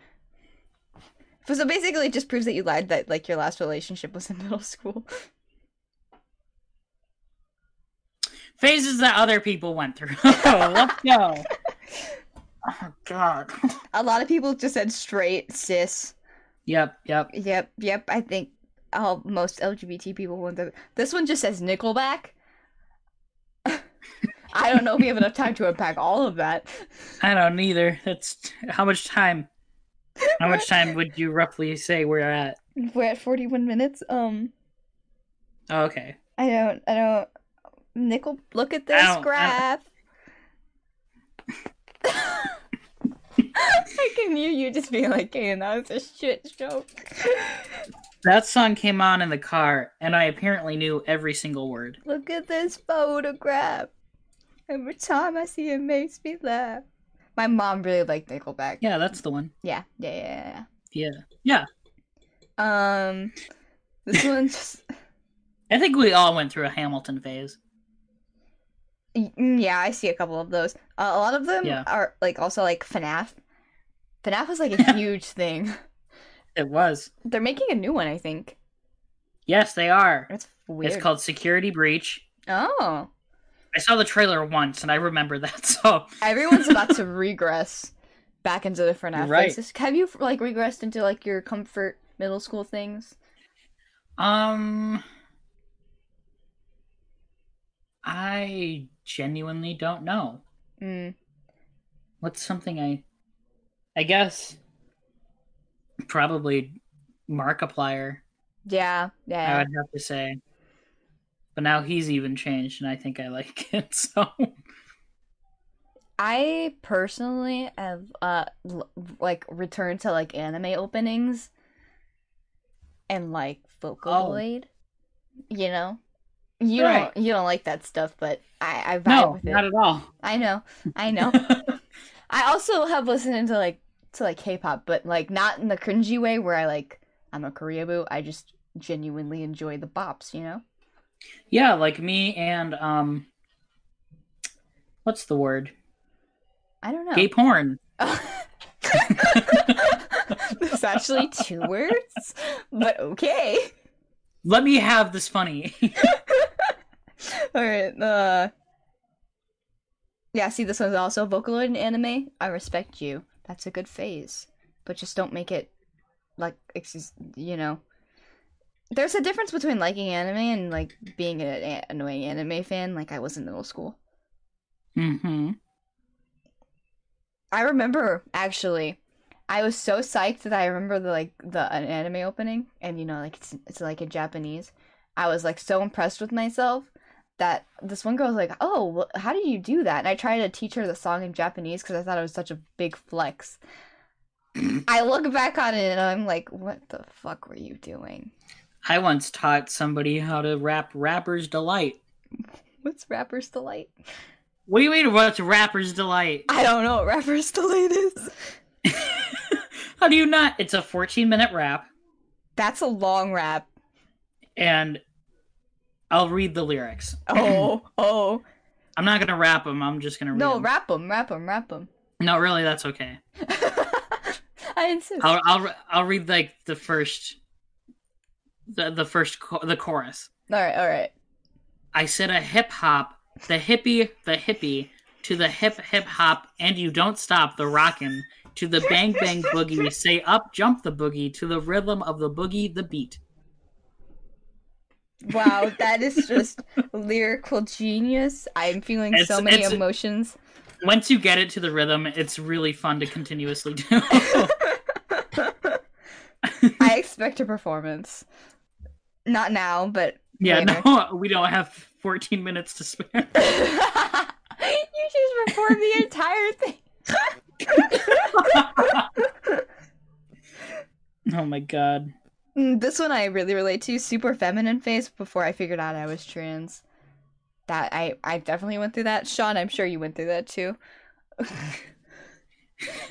But so basically, it just proves that you lied that like your last relationship was in middle school.
Phases that other people went through. <laughs> Let's go. <laughs> Oh God.
A lot of people just said straight cis.
Yep, yep.
Yep, yep. I think all most LGBT people went through. This one just says Nickelback. I don't know if we have enough time to unpack all of that.
I don't either. That's how much time. How much time would you roughly say we're at?
We're at forty-one minutes. Um,
Oh, okay.
I don't, I don't. Nickel, look at
I
this
don't- I-
graph. <laughs> I can hear you just being like, "Hey, that was a shit joke."
That song came on in the car, and I apparently knew every single word.
Look at this photograph. Every time I see it, makes me laugh. My mom really liked Nickelback.
Yeah, that's the one.
Yeah, yeah, yeah.
Yeah.
yeah. Um,
<laughs>
this one just
I think we all went through a Hamilton phase.
y- mm, yeah, I see a couple of those. Uh, a lot of them
Yeah.
are like also like FNAF. FNAF was
<laughs>
like a huge thing.
It was.
They're making a new one, I think.
Yes, they are.
That's weird.
It's called Security Breach.
Oh,
I saw the trailer once and I remember <laughs> that. So
everyone's about to regress back into the FNAF
You're right.
phases. Have you like regressed into like your comfort middle school things?
um I genuinely don't know.
Mm.
What's something I I guess probably Markiplier,
Yeah,
I
yeah.
would have to say. But now he's even changed and I think I like <laughs> it, so
I personally have uh l- like returned to like anime openings and like Vocaloid. You know, you
Oh. Right.
don't you don't like that stuff, but I I vibe
No,
with it.
not at all.
I know,
<laughs>
I know. I also have listened to like to like K-pop, but like not in the cringy way where I like I'm a Korea boo. I just genuinely enjoy the bops, you know.
Yeah, like me and um what's the word?
I don't know.
Gay porn.
<laughs> There's actually two words, but okay.
Let me have this funny. <laughs>
All right. Uh, yeah. See, this one's also Vocaloid and anime. I respect you. That's a good phase, but just don't make it like ex- you know. There's a difference between liking anime and like being an a- annoying anime fan. Like I was in middle school.
hmm
I remember actually, I was so psyched that I remember the like the an anime opening, and you know like it's it's like in Japanese. I was like so impressed with myself that this one girl was like, "Oh, wh- how do you do that?" And I tried to teach her the song in Japanese because I thought it was such a big flex. <clears throat> I look back on it and I'm like, "What the fuck were you doing?"
I once taught somebody how to rap Rapper's Delight.
What's rapper's delight?
What do you mean, what's Rapper's Delight?
I don't know what rapper's delight is.
<laughs> How do you not? It's a 14 minute rap,
That's a long rap.
and I'll read the lyrics.
<laughs> Oh, oh.
I'm not going to rap them, I'm just going to read
No,
'em.
rap them, rap them, rap them.
no, really, that's okay.
<laughs> I insist.
I'll, I'll, re- I'll read like the first, the, the first, cho- the chorus.
All right, all right.
I said a hip hop, the hippie, the hippie, to the hip hip hop, and you don't stop the rockin'. To the bang bang boogie, say up jump the boogie, to the rhythm of the boogie, the beat.
Wow, that is just lyrical genius. I'm feeling so
It's-
many
it's-
emotions.
Once you get it to the rhythm, it's really fun to continuously do. <laughs>
I expect a performance. Not now, but <laughs>
Yeah,
later.
no, we don't have 14 minutes to spare. <laughs>
you just performed the entire thing.
oh my god.
Mm, This one I really relate to. Super feminine phase before I figured out I was trans. That I I definitely went through that. Sean, I'm sure you went through that too. <laughs>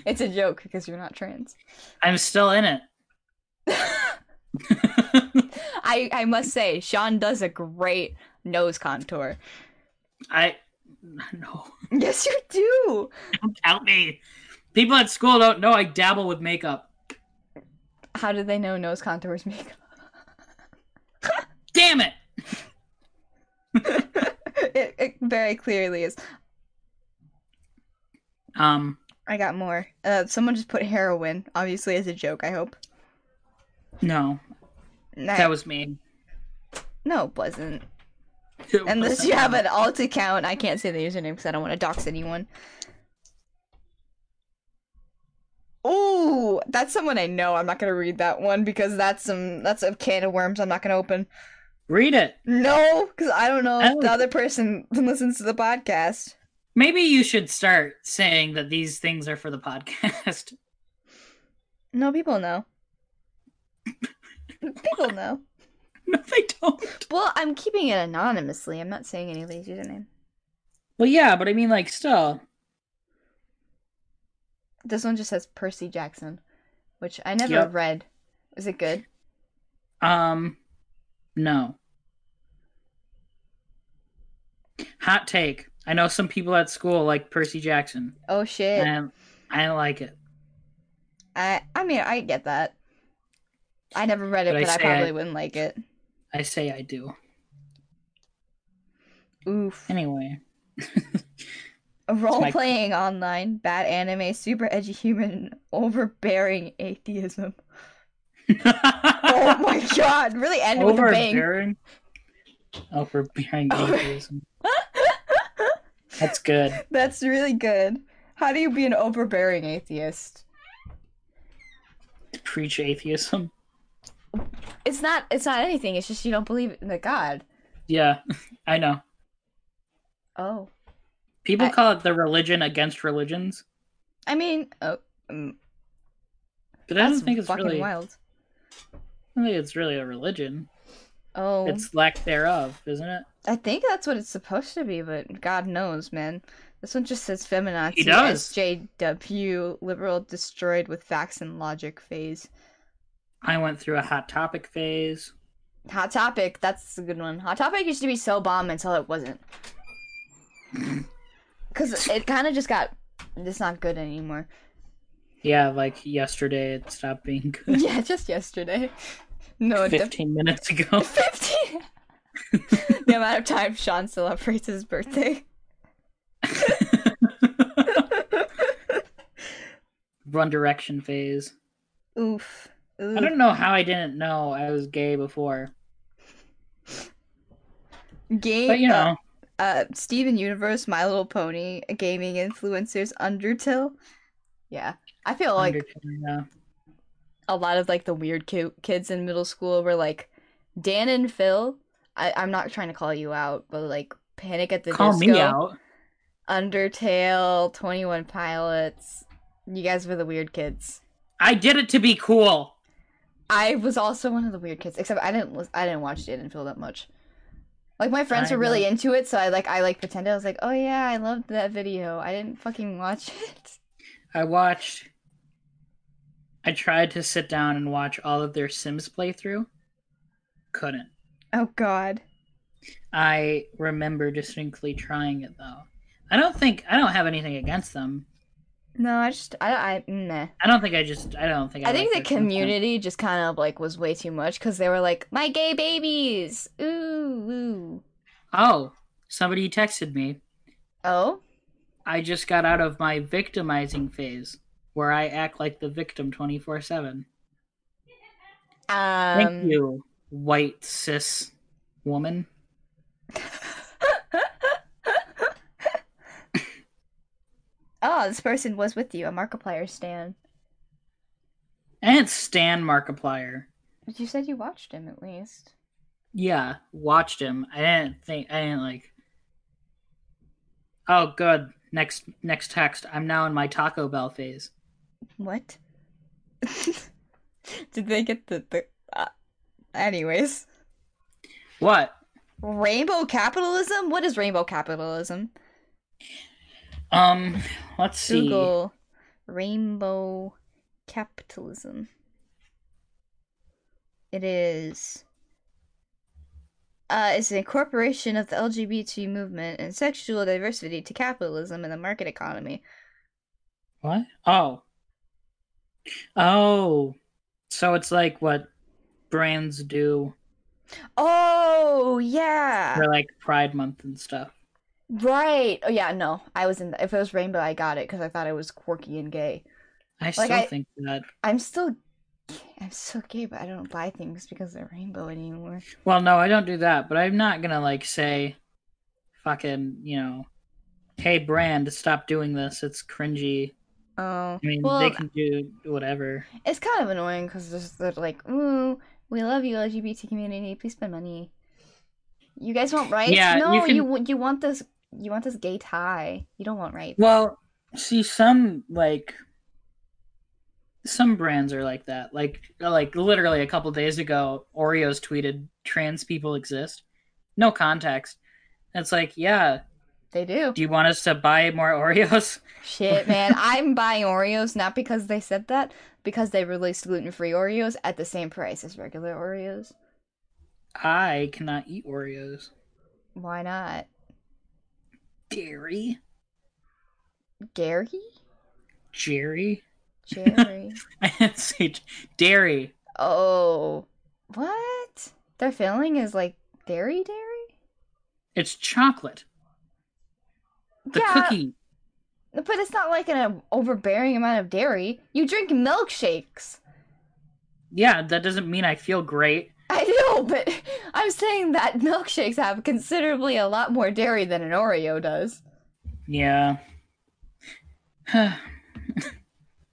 it's a joke because you're not trans.
I'm still in it.
I I must say, Sean does a great nose contour.
I no.
Yes, you do.
Don't out me. People at school don't know I dabble with makeup.
How did they know nose contours makeup?
Damn it.
<laughs> it, it very clearly is.
Um
I got more. Uh, someone just put heroin, obviously as a joke. I hope.
no.
Nah,
That was me.
no, it wasn't. <laughs>
It
Unless
wasn't
you have
me.
an alt account, I can't say the username because I don't want to dox anyone. Ooh, that's someone I know. I'm not gonna read that one because that's some that's a can of worms. I'm not gonna open.
Read it.
No, because I don't know if
Oh.
the other person <laughs> listens to the podcast.
Maybe you should start saying that these things are for the podcast. <laughs>
No, people know. people know.
no, they don't.
Well, I'm keeping it anonymously. I'm not saying anybody's username.
Well, yeah, but I mean, like, still.
This one just says Percy Jackson, which I never
Yep.
read. Is it good?
Um, no. Hot take. I know some people at school like Percy Jackson,
Oh shit.
and I like it.
I I mean I get that. I never read it,
But I
but, I,
say
probably
I-
wouldn't like it.
I say I do.
Oof.
Anyway,
Role
my-
playing online, bad anime, super edgy human, overbearing atheism.
<laughs>
Oh my god! Really ended with a bang.
overbearing, overbearing
Over- <laughs>
atheism. That's good.
That's really good. How do you be an overbearing atheist?
Preach atheism.
It's not. It's not anything. It's just you don't believe in the God.
Yeah, I know.
Oh.
People
I-
call it the religion against religions,
I mean, oh, mm,
but I
that's
don't think it's
fucking
really.
wild.
I don't think it's really a religion.
Oh,
It's lack thereof, isn't it?
I think that's what it's supposed to be, but God knows, man. This one just says feminazi.
He does.
SJW liberal destroyed with facts and logic phase.
I went through a hot topic phase.
Hot topic. That's a good one. Hot topic used to be so bomb until
<laughs>
it wasn't. Cause it kind of just got. It's not good anymore.
Yeah, like yesterday it stopped being good.
<laughs> yeah, just yesterday. <laughs> No, it def-
15 minutes
<laughs>
ago.
15 <laughs> the amount of time sean celebrates his birthday
One Direction phase.
oof, oof.
I don't know how I didn't know I was gay before.
game
But you
uh,
know,
uh steven universe my little pony gaming influencers undertale yeah i feel like
Undertale, yeah.
a lot of like the weird ki- kids in middle school were like dan and phil I- i'm not trying to call you out but like panic at the
call
disco
me out.
undertale 21 pilots you guys were the weird kids
I did it to be cool.
I was also one of the weird kids, except I didn't lis- I didn't watch it and feel that much. Like my friends
I
were really
know.
into it, so I like I like pretended I was like, oh yeah, I loved that video. I didn't fucking watch <laughs> it.
I watched. I tried to sit down and watch all of their Sims playthrough. Couldn't.
Oh god.
I remember distinctly trying it though. I don't think I don't have anything against them.
No, I just I I nah.
I don't think I just I don't think I,
I think the
like their content.
community just kind of like was way too much because they were like my gay babies. Ooh, ooh.
Oh, somebody texted me.
Oh,
I just got out of my victimizing phase where I act like the victim 24 7.
um,
Thank you, white cis woman.
Oh, this person was with you, a Markiplier stan.
And it's Stan Markiplier.
But you said you watched him at least.
Yeah, watched him. I didn't think I didn't like. Oh, good. Next next text. I'm now in my Taco Bell phase.
What? <laughs> Did they get the the? Uh, anyways,
What?
rainbow capitalism. What is rainbow capitalism?
Um, let's see.
Google rainbow capitalism. It is. Uh, it's an incorporation of the LGBT movement and sexual diversity to capitalism and the market economy.
What? Oh. Oh. So it's like what brands do
Oh yeah,
for like Pride Month and stuff.
right. Oh yeah, no, I was in. The, if it was rainbow, I got it because I thought it was quirky and gay.
I still
I-
think that.
I'm still, I'm still gay, but I don't buy things because they're rainbow anymore.
Well, no, I don't do that, but I'm not gonna like say, fucking, you know, hey brand, stop doing this. It's cringy.
Oh,
I mean,
well,
they can do whatever.
it's kind of annoying because they're like, ooh, we love you, LGBT community. Please spend money. You guys want rights?
Yeah, you
no, you
can-
w- you want this. You want this gay tie. You don't want rights.
Well, see, some like some brands are like that. Like, like literally a couple days ago, Oreos tweeted, "Trans people exist." No context. It's like, yeah.
They do.
Do you want us to buy more Oreos? <laughs>
Shit, man. I'm buying Oreos not because they said that, because they released gluten free Oreos at the same price as regular Oreos.
I cannot eat Oreos.
Why not?
Dairy,
Gary?
Jerry. <laughs>
Jerry.
I didn't say j- dairy.
Oh, what? Their filling is like dairy, dairy.
It's chocolate. The
yeah,
cookie.
but it's not like an overbearing amount of dairy. You drink milkshakes. <laughs>
Yeah, that doesn't mean I feel great.
I know, but I'm saying that milkshakes have considerably a lot more dairy than an Oreo does.
Yeah. <sighs>
I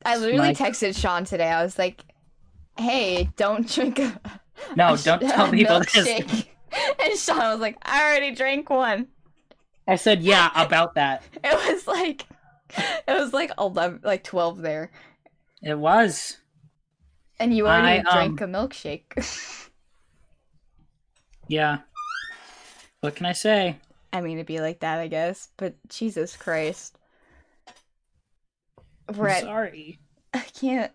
literally
My-
texted Sean today. I was like, "Hey, don't drink." A,
no, <laughs>
<laughs> a sh-
don't
a
tell people this.
milkshake." <laughs> And Sean was like, "I already drank one."
I said, yeah, about that.
<laughs> It was like, it was like eleven, like twelve there.
It was.
And you
I,
already
um,
drank a milkshake. <laughs>
Yeah. What can I say?
I mean, it'd be like that, I guess. But Jesus Christ. We're
I'm
at,
sorry.
<laughs> I can't.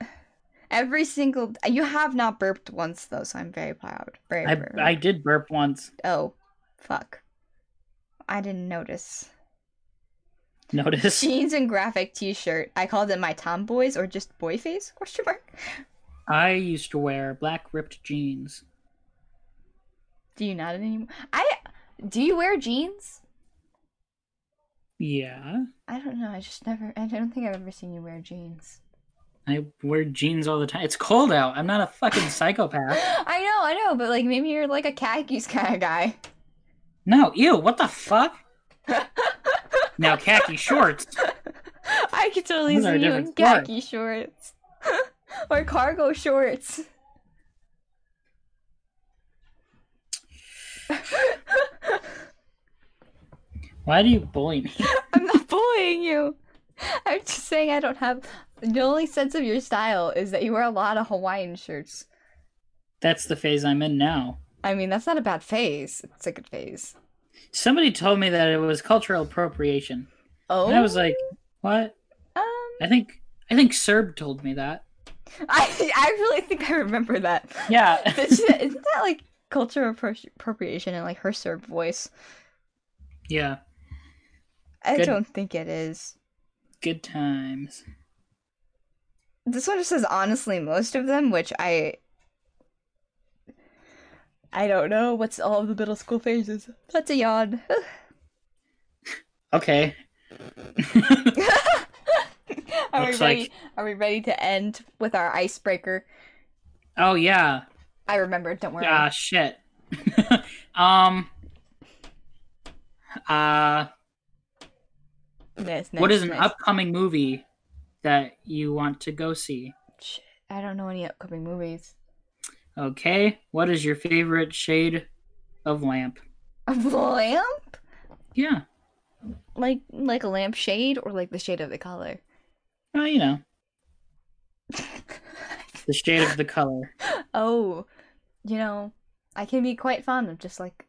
Every single. You have not burped once, though, so I'm very proud. Very,
I,
very
I did burp once.
Oh, fuck. I didn't notice.
Notice.
Jeans and graphic t shirt. I called it my tomboys or just boy face? Question mark. <laughs>
I used to wear black ripped jeans.
Do you not anymore? I. Do you wear jeans?
Yeah.
I don't know. I just never. I don't think I've ever seen you wear
<gasps>
jeans. <gasps>
I wear jeans all the time. It's cold out. I'm not a fucking psychopath.
I know, I know, but like maybe you're like a khakis <laughs> kind of guy.
No, ew, what the <laughs> fuck? now khaki shorts.
I could totally
Those are a
see you
different
in
story.
khaki shorts <laughs> or cargo shorts. <laughs>
Why do you bully me?
I'm not bullying you. I'm just saying I don't have the only sense of your style is that you wear a lot of Hawaiian shirts.
That's the phase I'm in now.
I mean, that's not a bad phase. It's a good phase.
Somebody told me that it was cultural appropriation.
Oh,
And I was like, what?
um, <laughs>
I think I think Serb told me that.
I I really think I remember that.
Yeah.
Did she- Isn't that like cultural appro- appropriation and like her Serb voice?
<laughs> Yeah.
I
Good.
don't think it is.
Good times.
This one just says honestly most of them, which I I don't know what's all of the middle school phases. That's a yawn. <laughs>
Okay.
are we
Looks
ready?
like-
Are we ready to end with our icebreaker?
oh yeah.
I remembered. Don't worry.
Ah shit. <laughs> um uh
Nice,
what
nice,
is an
nice.
upcoming movie that you want to go see?
Shit, I don't know any upcoming movies. <laughs>
Okay. What is your favorite shade of lamp.
A lamp?
Yeah.
Like like a lamp shade or like the shade of the color?
Well, you
<laughs>
know, the shade of the color.
oh, you know, I can be quite fond of just like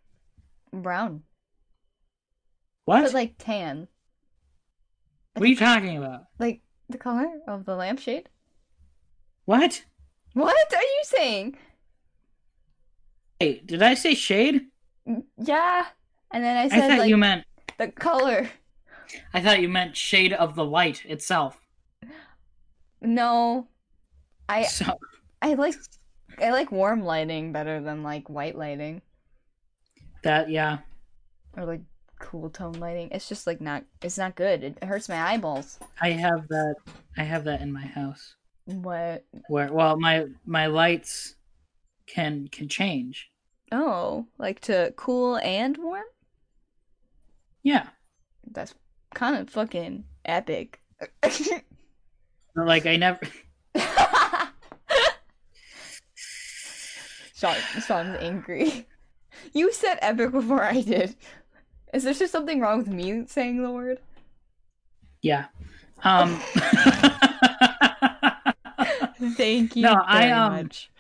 brown,
What?
but like tan,
what are you talking about?
like the color of the lampshade.
What?
<laughs> What are you saying?
Hey, did I say shade?
Yeah, and then I
I
said
thought
like
you meant
the color.
I thought you meant shade of the light itself.
No, I
So
I like I like warm lighting better than like white lighting
that yeah.
or like cool tone lighting. It's just like not it's not good. It hurts my eyeballs.
I have that I have that in my house.
What?
Where well my my lights can can change.
Oh, like to cool and warm?
Yeah.
That's kind of fucking epic. <laughs>
But, Like I never <laughs>
Sean, Sean's angry. You said epic before I did. Is there just something wrong with me saying the word?
yeah. Um <laughs>
Thank you
No, I,
very
um,
much.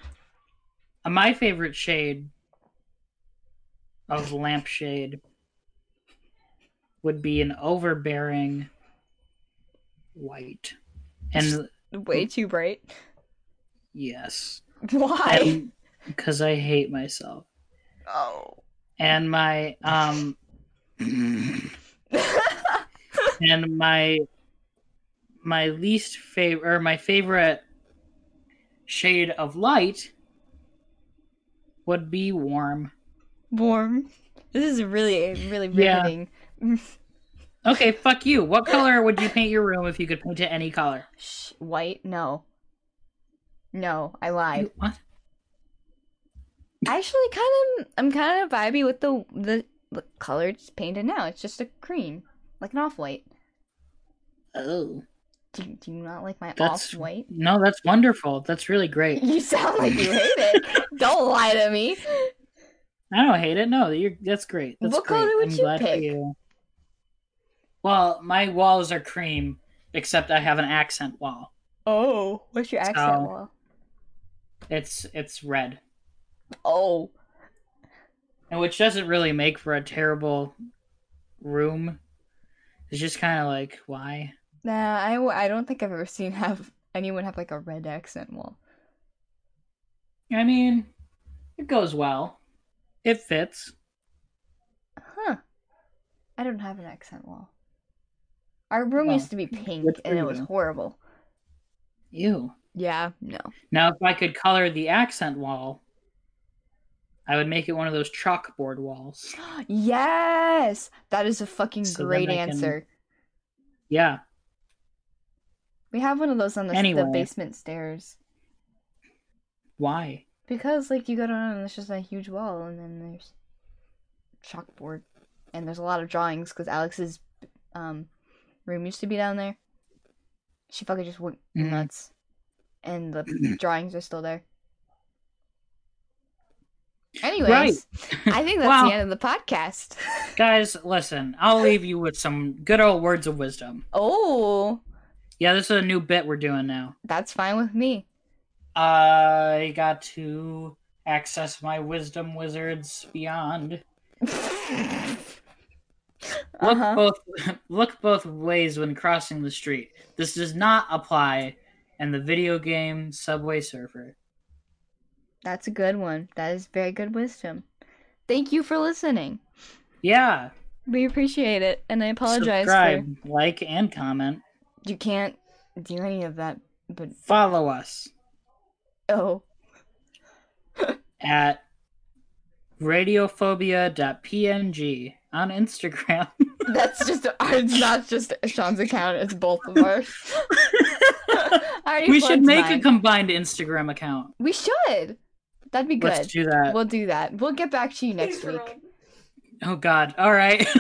my favorite shade of lampshade would be an overbearing white. And
Way too bright.
yes.
Why?
because I hate myself.
Oh.
And my um and my my least favorite or my favorite shade of light would be warm.
warm. This is really, really
Yeah.
riveting.
Okay, fuck you. What color would you paint your room if you could paint it any color?
Shh, white? No. No, I lied.
You- what?
Actually, kind of, I'm kind of vibey with the the, the color it's painted now. It's just a cream, like an off white.
Oh.
Do, you- do you not like my
That's-
off white?
No, that's wonderful. That's really great.
You sound like you hate it. Don't lie to me.
I don't hate it. No, you're that's great. That's
What
great.
color would
I'm
you
glad for
pick?
you. Well, my walls are cream, except I have an accent wall.
Oh, what's your accent?
So-
Wall?
It's it's red,
Oh,
and which doesn't really make for a terrible room. It's just kind of like why?
nah. I, w- I don't think I've ever seen have anyone have like a red accent wall.
I mean, it goes well. It fits.
Huh. I don't have an accent wall. Our room
Well,
used to be pink
good for
and it was
you.
horrible.
Ew.
Yeah, no. <gasps>
Now, if I could color the accent wall, I would make it one of those chalkboard walls.
Yes! That is a fucking
So then
great
I can-
answer.
Yeah.
We have one of those on the,
Anyway.
the basement stairs.
Why?
Because, like, you go down and it's just a huge wall and then there's chalkboard. And there's a lot of drawings because Alex's um, room used to be down there. She fucking just went
Mhm.
nuts. And the drawings are still there. Anyways, I think that's
Wow.
the end of the podcast.
Guys, listen, I'll leave you with some good old words of wisdom.
Oh,
Yeah, this is a new bit we're doing now.
that's fine with me.
I got to access my wisdom wizards beyond. Look
Uh-huh.
both <laughs> look both ways when crossing the street. This does not apply in the video game Subway Surfer.
That's a good one. That is very good wisdom. Thank you for listening.
Yeah.
We appreciate it, and I apologize
Subscribe, like, and comment.
for you can't do any of that. But
Follow us
<laughs> oh,
at radiophobia.png on Instagram.
that's just it's not just Sean's account. It's both of ours. <laughs> I already
we should
plugged
make a
mine.
combined Instagram account.
we should. That'd be
Let's do
good.
that.
We'll do that. We'll get back to you next week.
Oh God! All right. <laughs>
<laughs>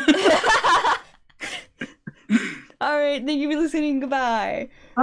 All right. Thank you for listening. Goodbye.